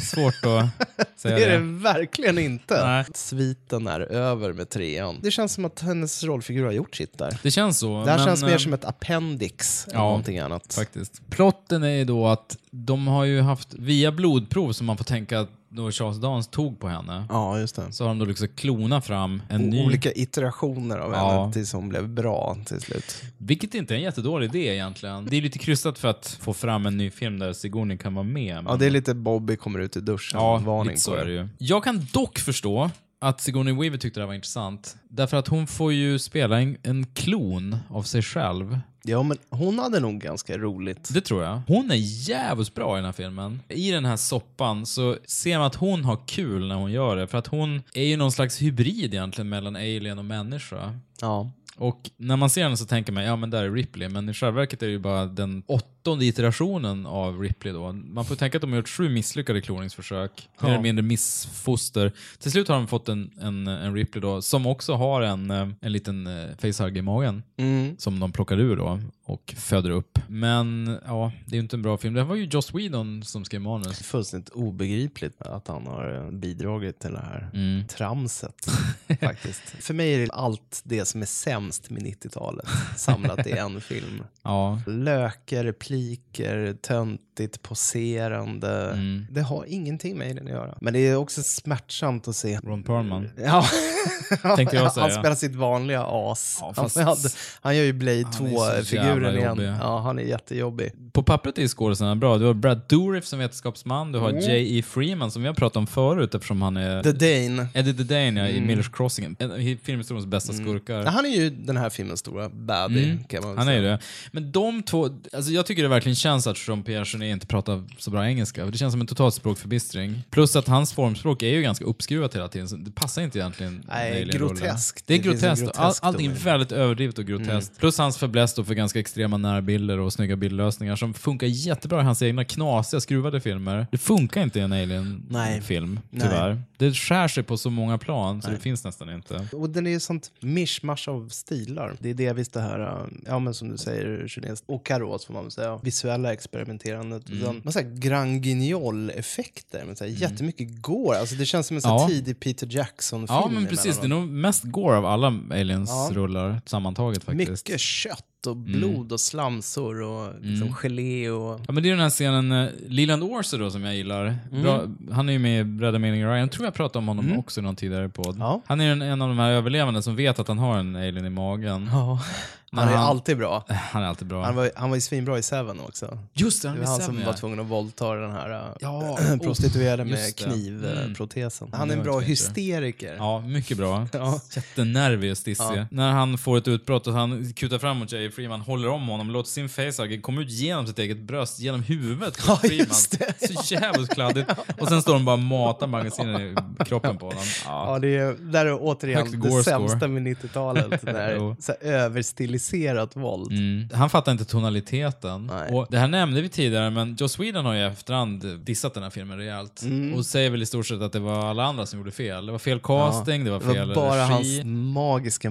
Speaker 1: Svårt att säga
Speaker 2: det
Speaker 1: det.
Speaker 2: är det verkligen inte. Sviten är över med trean. Det känns som att hennes rollfigur har gjort sitt där.
Speaker 1: Det känns så.
Speaker 2: Det här
Speaker 1: men,
Speaker 2: känns mer
Speaker 1: eh,
Speaker 2: som ett appendix än någonting annat.
Speaker 1: Faktiskt. Plotten är ju då att de har ju haft, via blodprov som man får tänka att då Charles Dance tog på henne,
Speaker 2: ja, just det.
Speaker 1: så har de då liksom klonat fram en
Speaker 2: O-
Speaker 1: ny...
Speaker 2: Olika iterationer av henne
Speaker 1: Ja.
Speaker 2: tills hon blev bra till slut.
Speaker 1: Vilket inte är en jättedålig idé egentligen. Det är lite krystat för att få fram en ny film där Sigourney kan vara med. men-
Speaker 2: Ja, det är lite Bobby kommer ut i duschen.
Speaker 1: Ja,
Speaker 2: varning
Speaker 1: lite så
Speaker 2: på
Speaker 1: är det ju. Jag kan dock förstå att Sigourney Weaver tyckte det här var intressant. Därför att hon får ju spela en, en klon av sig själv.
Speaker 2: Ja, men hon hade nog ganska roligt.
Speaker 1: Det tror jag. Hon är jävligt bra i den här filmen. I den här soppan så ser man att hon har kul när hon gör det. För att hon är ju någon slags hybrid egentligen mellan alien och människa.
Speaker 2: Ja.
Speaker 1: Och när man ser henne så tänker man, ja men där är Ripley. Men i själva verket är det ju bara den åttonde iterationen av Ripley då. Man får tänka att de har gjort sju misslyckade kloningsförsök. Mer
Speaker 2: Ja.
Speaker 1: eller mindre missfoster. Till slut har de fått en, en, en Ripley då, som också har en, eh, en liten eh, facehugger i magen.
Speaker 2: Mm.
Speaker 1: Som de plockar ur då och föder upp. Men ja, det är ju inte en bra film. Det var ju Joss Whedon som skrev manus.
Speaker 2: Fullständigt obegripligt att han har eh, bidragit till det här
Speaker 1: Mm.
Speaker 2: tramset. faktiskt. För mig är det allt det som är sämst med 90-talet samlat i en film.
Speaker 1: Ja,
Speaker 2: Löker, repliker, töntigt poserande.
Speaker 1: Mm.
Speaker 2: Det har ingenting med den att göra. Men det är också smärtsamt att se
Speaker 1: Ron Perlman.
Speaker 2: Ja.
Speaker 1: Tänkte jag
Speaker 2: han
Speaker 1: säga.
Speaker 2: spelar sitt vanliga as.
Speaker 1: Ja, fast-
Speaker 2: han, han gör ju Blade
Speaker 1: Han är så
Speaker 2: 2-figuren
Speaker 1: jävla
Speaker 2: igen.
Speaker 1: jobbig.
Speaker 2: Ja, han är jättejobbig.
Speaker 1: På pappret är ju skådisarna bra. Du har Brad Dourif som vetenskapsman, du har
Speaker 2: Mm.
Speaker 1: J.E. Freeman som vi har pratat om förut eftersom han är...
Speaker 2: The Dane.
Speaker 1: Eddie the Dane ja, i
Speaker 2: Mm.
Speaker 1: Millers Crossing. En av filmhistoriens bästa skurkar.
Speaker 2: Ja, Han är ju den här filmens stora baddie,
Speaker 1: Mm.
Speaker 2: kan man väl
Speaker 1: Han är
Speaker 2: säga.
Speaker 1: ju det. Men de två, alltså jag tycker det verkligen känns att Jean Pierre Genet inte pratar så bra engelska. Det känns som en total språkförbistring. Plus att hans formspråk är ju ganska uppskruvat hela tiden, så det passar inte egentligen.
Speaker 2: Nej,
Speaker 1: när det gäller rollen.
Speaker 2: groteskt.
Speaker 1: Det är
Speaker 2: Det finns en
Speaker 1: groteskt. och All,
Speaker 2: grotesk Mm.
Speaker 1: allting är
Speaker 2: dom i det.
Speaker 1: väldigt överdrivet och groteskt. Plus hans fäbless då för ganska extrema närbilder och snygga bildlösningar som funkar jättebra i hans egna knasiga, skruvade filmer. Det funkar inte i en
Speaker 2: Nej.
Speaker 1: alien-film,
Speaker 2: Nej.
Speaker 1: tyvärr. Det skär sig på så många plan så det finns nästan inte.
Speaker 2: Och den är ju sånt mishmash av stilar. Det är delvis det här, äh, ja men som du säger, kinesiskt och karos får man väl säga, visuella experimenterandet.
Speaker 1: Mm.
Speaker 2: Mm. Sen, man säger Grand Guignol-effekter, men så här, jättemycket gore. Alltså det känns som en så här
Speaker 1: Ja.
Speaker 2: tidig Peter Jackson-film.
Speaker 1: Ja, men precis. Det är
Speaker 2: emellanåt.
Speaker 1: nog mest gore av alla
Speaker 2: Ja.
Speaker 1: Aliens-rullar sammantaget faktiskt.
Speaker 2: Mycket kött och blod och slamsor och liksom
Speaker 1: Mm.
Speaker 2: gelé och...
Speaker 1: Ja, men det är den här scenen, eh, Leland Orser då, som jag gillar.
Speaker 2: Mm.
Speaker 1: Bra, han är ju med i Rädda Meningen Ryan. Jag tror jag pratade om honom också i någon tidigare podd.
Speaker 2: Ja.
Speaker 1: Han är en, en av de här överlevande som vet att han har en alien i magen.
Speaker 2: Ja. Han
Speaker 1: Men
Speaker 2: är
Speaker 1: han-
Speaker 2: alltid bra.
Speaker 1: Han är alltid bra.
Speaker 2: Han var, han var ju svinbra i Seven också.
Speaker 1: Just det,
Speaker 2: Det
Speaker 1: han
Speaker 2: var
Speaker 1: är
Speaker 2: han
Speaker 1: sämre.
Speaker 2: som var tvungen att våldta den här äh,
Speaker 1: Ja,
Speaker 2: prostituerade
Speaker 1: oh,
Speaker 2: med
Speaker 1: just det. Mm.
Speaker 2: knivprotesen. Han
Speaker 1: Det
Speaker 2: är en
Speaker 1: var
Speaker 2: bra
Speaker 1: inte bättre.
Speaker 2: hysteriker.
Speaker 1: Ja, mycket bra.
Speaker 2: Ja.
Speaker 1: Jättenervig och stissig.
Speaker 2: Ja.
Speaker 1: När han får ett utbrott och han kutar fram mot Jay Freeman, håller om honom, låter sin facehugger komma ut genom sitt eget bröst, genom huvudet på
Speaker 2: Ja,
Speaker 1: Freeman.
Speaker 2: just det.
Speaker 1: Så jävligt kladdigt. Och sen står de bara och matar magasinen i kroppen på honom.
Speaker 2: Ja,
Speaker 1: Ja.
Speaker 2: det är, där är återigen
Speaker 1: Högt
Speaker 2: det
Speaker 1: gore score.
Speaker 2: sämsta med 90-talet. det
Speaker 1: Jo.
Speaker 2: där så här överstiliserat våld.
Speaker 1: Mm. Han fattar inte tonaliteten.
Speaker 2: Nej.
Speaker 1: Och det här nämnde vi tidigare, men Joss Whedon har ju i efterhand dissat den här filmen rejält.
Speaker 2: Mm.
Speaker 1: Och säger väl i stort sett att det var alla andra som gjorde fel. Det var fel casting, det var fel
Speaker 2: det var bara hans
Speaker 1: regi.
Speaker 2: magiska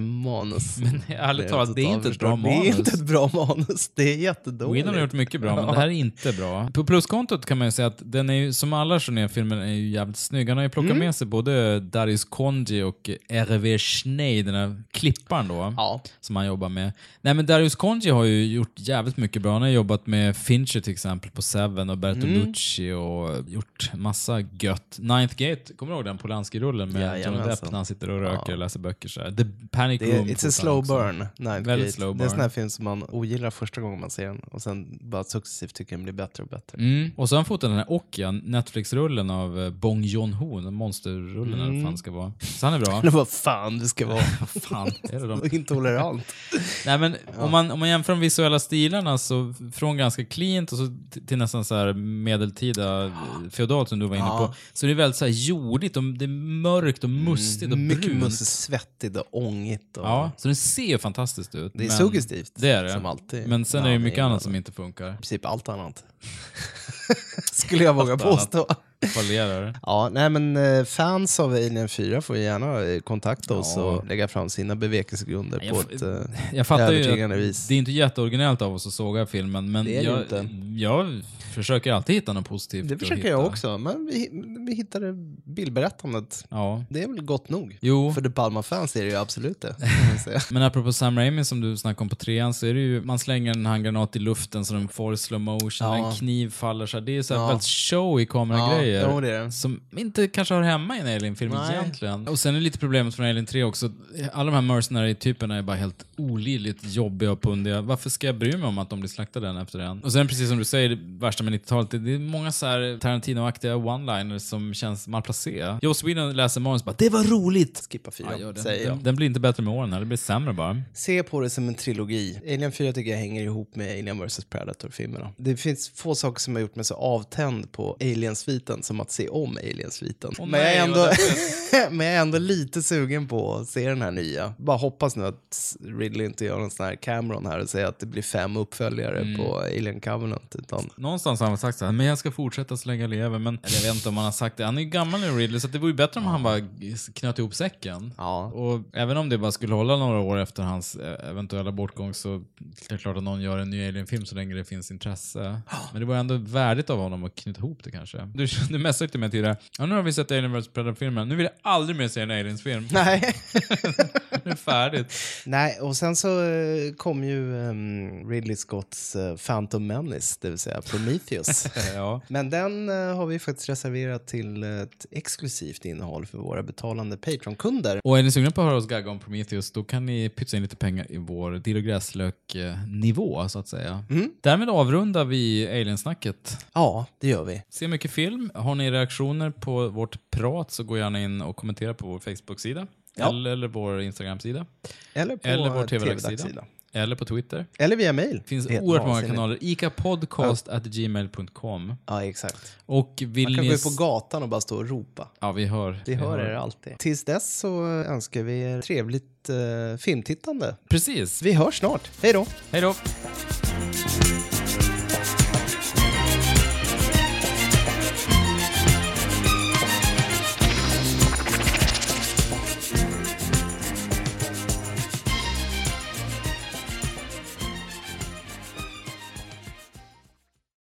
Speaker 2: manus.
Speaker 1: Men ärligt talat, det är inte ett bra
Speaker 2: totalförstört. Det är
Speaker 1: manus.
Speaker 2: inte ett bra manus. Det är jättedåligt.
Speaker 1: Whedon har gjort mycket bra, men det här är inte bra. På pluskontot kan man ju säga att den är ju, som alla Genéve-filmer, är ju jävligt snygg. Han har ju plockat
Speaker 2: Mm.
Speaker 1: med sig både Darius Konji och R.V. Schnei, den här klipparen då,
Speaker 2: Ja.
Speaker 1: som han jobbar med. Nej men Darius Konji har ju gjort jävligt mycket bra. Han har jobbat med Fincher till exempel på Seven och Bertolucci
Speaker 2: Mm.
Speaker 1: och gjort massa gött. Ninth Gate, kommer du ihåg den Polanski-rullen med Johnny
Speaker 2: Jajamensan.
Speaker 1: Depp när han sitter och röker
Speaker 2: Ja.
Speaker 1: och läser böcker så här. The Panic
Speaker 2: Det är,
Speaker 1: Room.
Speaker 2: it's a
Speaker 1: fortfarande
Speaker 2: slow
Speaker 1: också.
Speaker 2: burn. Nej,
Speaker 1: Väldigt
Speaker 2: det-
Speaker 1: slow
Speaker 2: Det är en sån här
Speaker 1: burn.
Speaker 2: film som man ogillar första gången man ser den och sen bara successivt tycker den blir bättre och bättre.
Speaker 1: Mm. Och så har han fotat den här Okja, Netflix-rullen av eh, Bong Joon-ho, den monsterrullen eller vad fan det ska vara. Så han är bra.
Speaker 2: Men Mm. vad fan du ska vara.
Speaker 1: fan, är det de?
Speaker 2: Intolerant.
Speaker 1: Nej, men om, man, om man jämför de visuella stilarna, så från ganska cleant och så t- till nästan så här medeltida eh, feodalt som du var inne
Speaker 2: Ja. Mm.
Speaker 1: på, så det är väldigt så här jordigt och det är mörkt och mustigt och
Speaker 2: Mycket
Speaker 1: brunt.
Speaker 2: mussigt, svettigt och ångigt. Och...
Speaker 1: Ja, så den ser ju fantastiskt ut.
Speaker 2: Det är
Speaker 1: men-
Speaker 2: suggestivt,
Speaker 1: Det är det.
Speaker 2: som alltid.
Speaker 1: Men sen
Speaker 2: Ja,
Speaker 1: är det ju
Speaker 2: det är
Speaker 1: mycket
Speaker 2: ju
Speaker 1: annat
Speaker 2: bra.
Speaker 1: som inte funkar.
Speaker 2: I princip allt annat. Skulle jag våga
Speaker 1: Allt annat
Speaker 2: påstå.
Speaker 1: Fallerar.
Speaker 2: Ja, nej men eh, fans av Alien 4 får ju gärna eh, kontakta oss och lägga fram sina bevekelsegrunder
Speaker 1: Jag
Speaker 2: på
Speaker 1: f-
Speaker 2: ett eh,
Speaker 1: Jag fattar ju
Speaker 2: övertygande
Speaker 1: att
Speaker 2: vis.
Speaker 1: det är inte jätteoriginellt av oss att såga filmen, men
Speaker 2: Det är det
Speaker 1: jag,
Speaker 2: inte.
Speaker 1: jag försöker alltid hitta något positivt.
Speaker 2: Det
Speaker 1: att
Speaker 2: försöker
Speaker 1: hitta.
Speaker 2: jag också, men vi, vi hittade bildberättandet.
Speaker 1: Ja.
Speaker 2: Det är väl gott nog?
Speaker 1: Jo.
Speaker 2: För The Palma-fans är det ju absolut det. kan man säga.
Speaker 1: Men apropå Sam Raimi som du snackade om på trean så är det ju, man slänger en handgranat i luften så den får i slow motion,
Speaker 2: Ja.
Speaker 1: en kniv faller så här. Det är så här
Speaker 2: Ja.
Speaker 1: väldigt show i kameragrejer.
Speaker 2: Ja, jo, det är det.
Speaker 1: Som inte kanske hör hemma i en Alien-film
Speaker 2: Nej.
Speaker 1: egentligen. Och sen är lite problemet från Alien 3 också, alla de här mercenary-typerna är bara helt olidligt jobbiga och pundiga. Varför ska jag bry mig om att de blir slaktade en efter en? Och sen precis som du säger, det värsta med 90-talet, det- det är många så här Tarantino-aktiga one-liners som känns malplacerade. Joss Whedon läser manus och bara “Det var roligt!”
Speaker 2: Skippa
Speaker 1: Ja,
Speaker 2: fyran,
Speaker 1: gör det.
Speaker 2: säger jag.
Speaker 1: Den, den blir inte bättre med åren, här. det blir sämre bara.
Speaker 2: Se på det som en trilogi. Alien 4 tycker jag hänger ihop med Alien vs Predator-filmerna. Det finns få saker som har gjort mig så avtänd på Alien-sviten som att se om Alien-sviten.
Speaker 1: Åh
Speaker 2: men, jag
Speaker 1: nej,
Speaker 2: är
Speaker 1: vad
Speaker 2: ändå, men jag är ändå lite sugen på att se den här nya. Bara hoppas nu att Ridley inte gör någon sån här Cameron här och säger att det blir fem uppföljare
Speaker 1: Mm.
Speaker 2: på Alien Covenant. Utan
Speaker 1: Någonstans har han sagt så här, men jag ska fortsätta så länge jag lever. Men eller jag vet inte om han har sagt det. Han är ju gammal nu Ridley, så det vore ju bättre om han bara knöt ihop säcken. Och även om det bara skulle hålla några år efter hans eh, eventuella bortgång så är det klart att någon gör en ny Alien-film så länge det finns intresse. Men det var ändå värdigt av honom att knyta ihop det kanske. Du, du messade till mig tidigare, ja, nu har vi sett Alien vs Predator-filmen, nu vill jag aldrig mer se en Aliens-film.
Speaker 2: Nej.
Speaker 1: nu är det färdigt.
Speaker 2: Nej, och sen så eh, kom ju ehm, Ridley Scotts eh, Phantom Menace, det vill säga Prometheus.
Speaker 1: Ja.
Speaker 2: Men den eh, har vi faktiskt reserverat till ett exklusivt innehåll för våra betalande Patreon-kunder.
Speaker 1: Och är ni sugna på att höra oss gagga om Prometheus, då kan ni pytsa in lite pengar i vår dill och gräslök-nivå, så att säga.
Speaker 2: Mm.
Speaker 1: Därmed avrundar vi Alien-snacket.
Speaker 2: Ja, det gör vi.
Speaker 1: Se mycket film. Har ni reaktioner på vårt prat så gå gärna in och kommentera på vår Facebook-sida.
Speaker 2: Ja.
Speaker 1: Eller, eller vår Instagram-sida.
Speaker 2: Eller på
Speaker 1: Eller
Speaker 2: eh,
Speaker 1: vår TV-sida.
Speaker 2: TV-dags-sida.
Speaker 1: Eller på Twitter.
Speaker 2: Eller via mail.
Speaker 1: Det finns
Speaker 2: Helt
Speaker 1: oerhört många
Speaker 2: vansinnigt.
Speaker 1: kanaler. Icapodcast.gmail.com.
Speaker 2: Ja, exakt.
Speaker 1: Och vill
Speaker 2: Man kan
Speaker 1: ni...
Speaker 2: gå
Speaker 1: s-
Speaker 2: ut på gatan och bara stå och ropa.
Speaker 1: Ja, vi hör.
Speaker 2: Vi hör er alltid. Tills dess så önskar vi er trevligt eh, filmtittande.
Speaker 1: Precis.
Speaker 2: Vi hörs snart. Hej då!
Speaker 1: Hej då!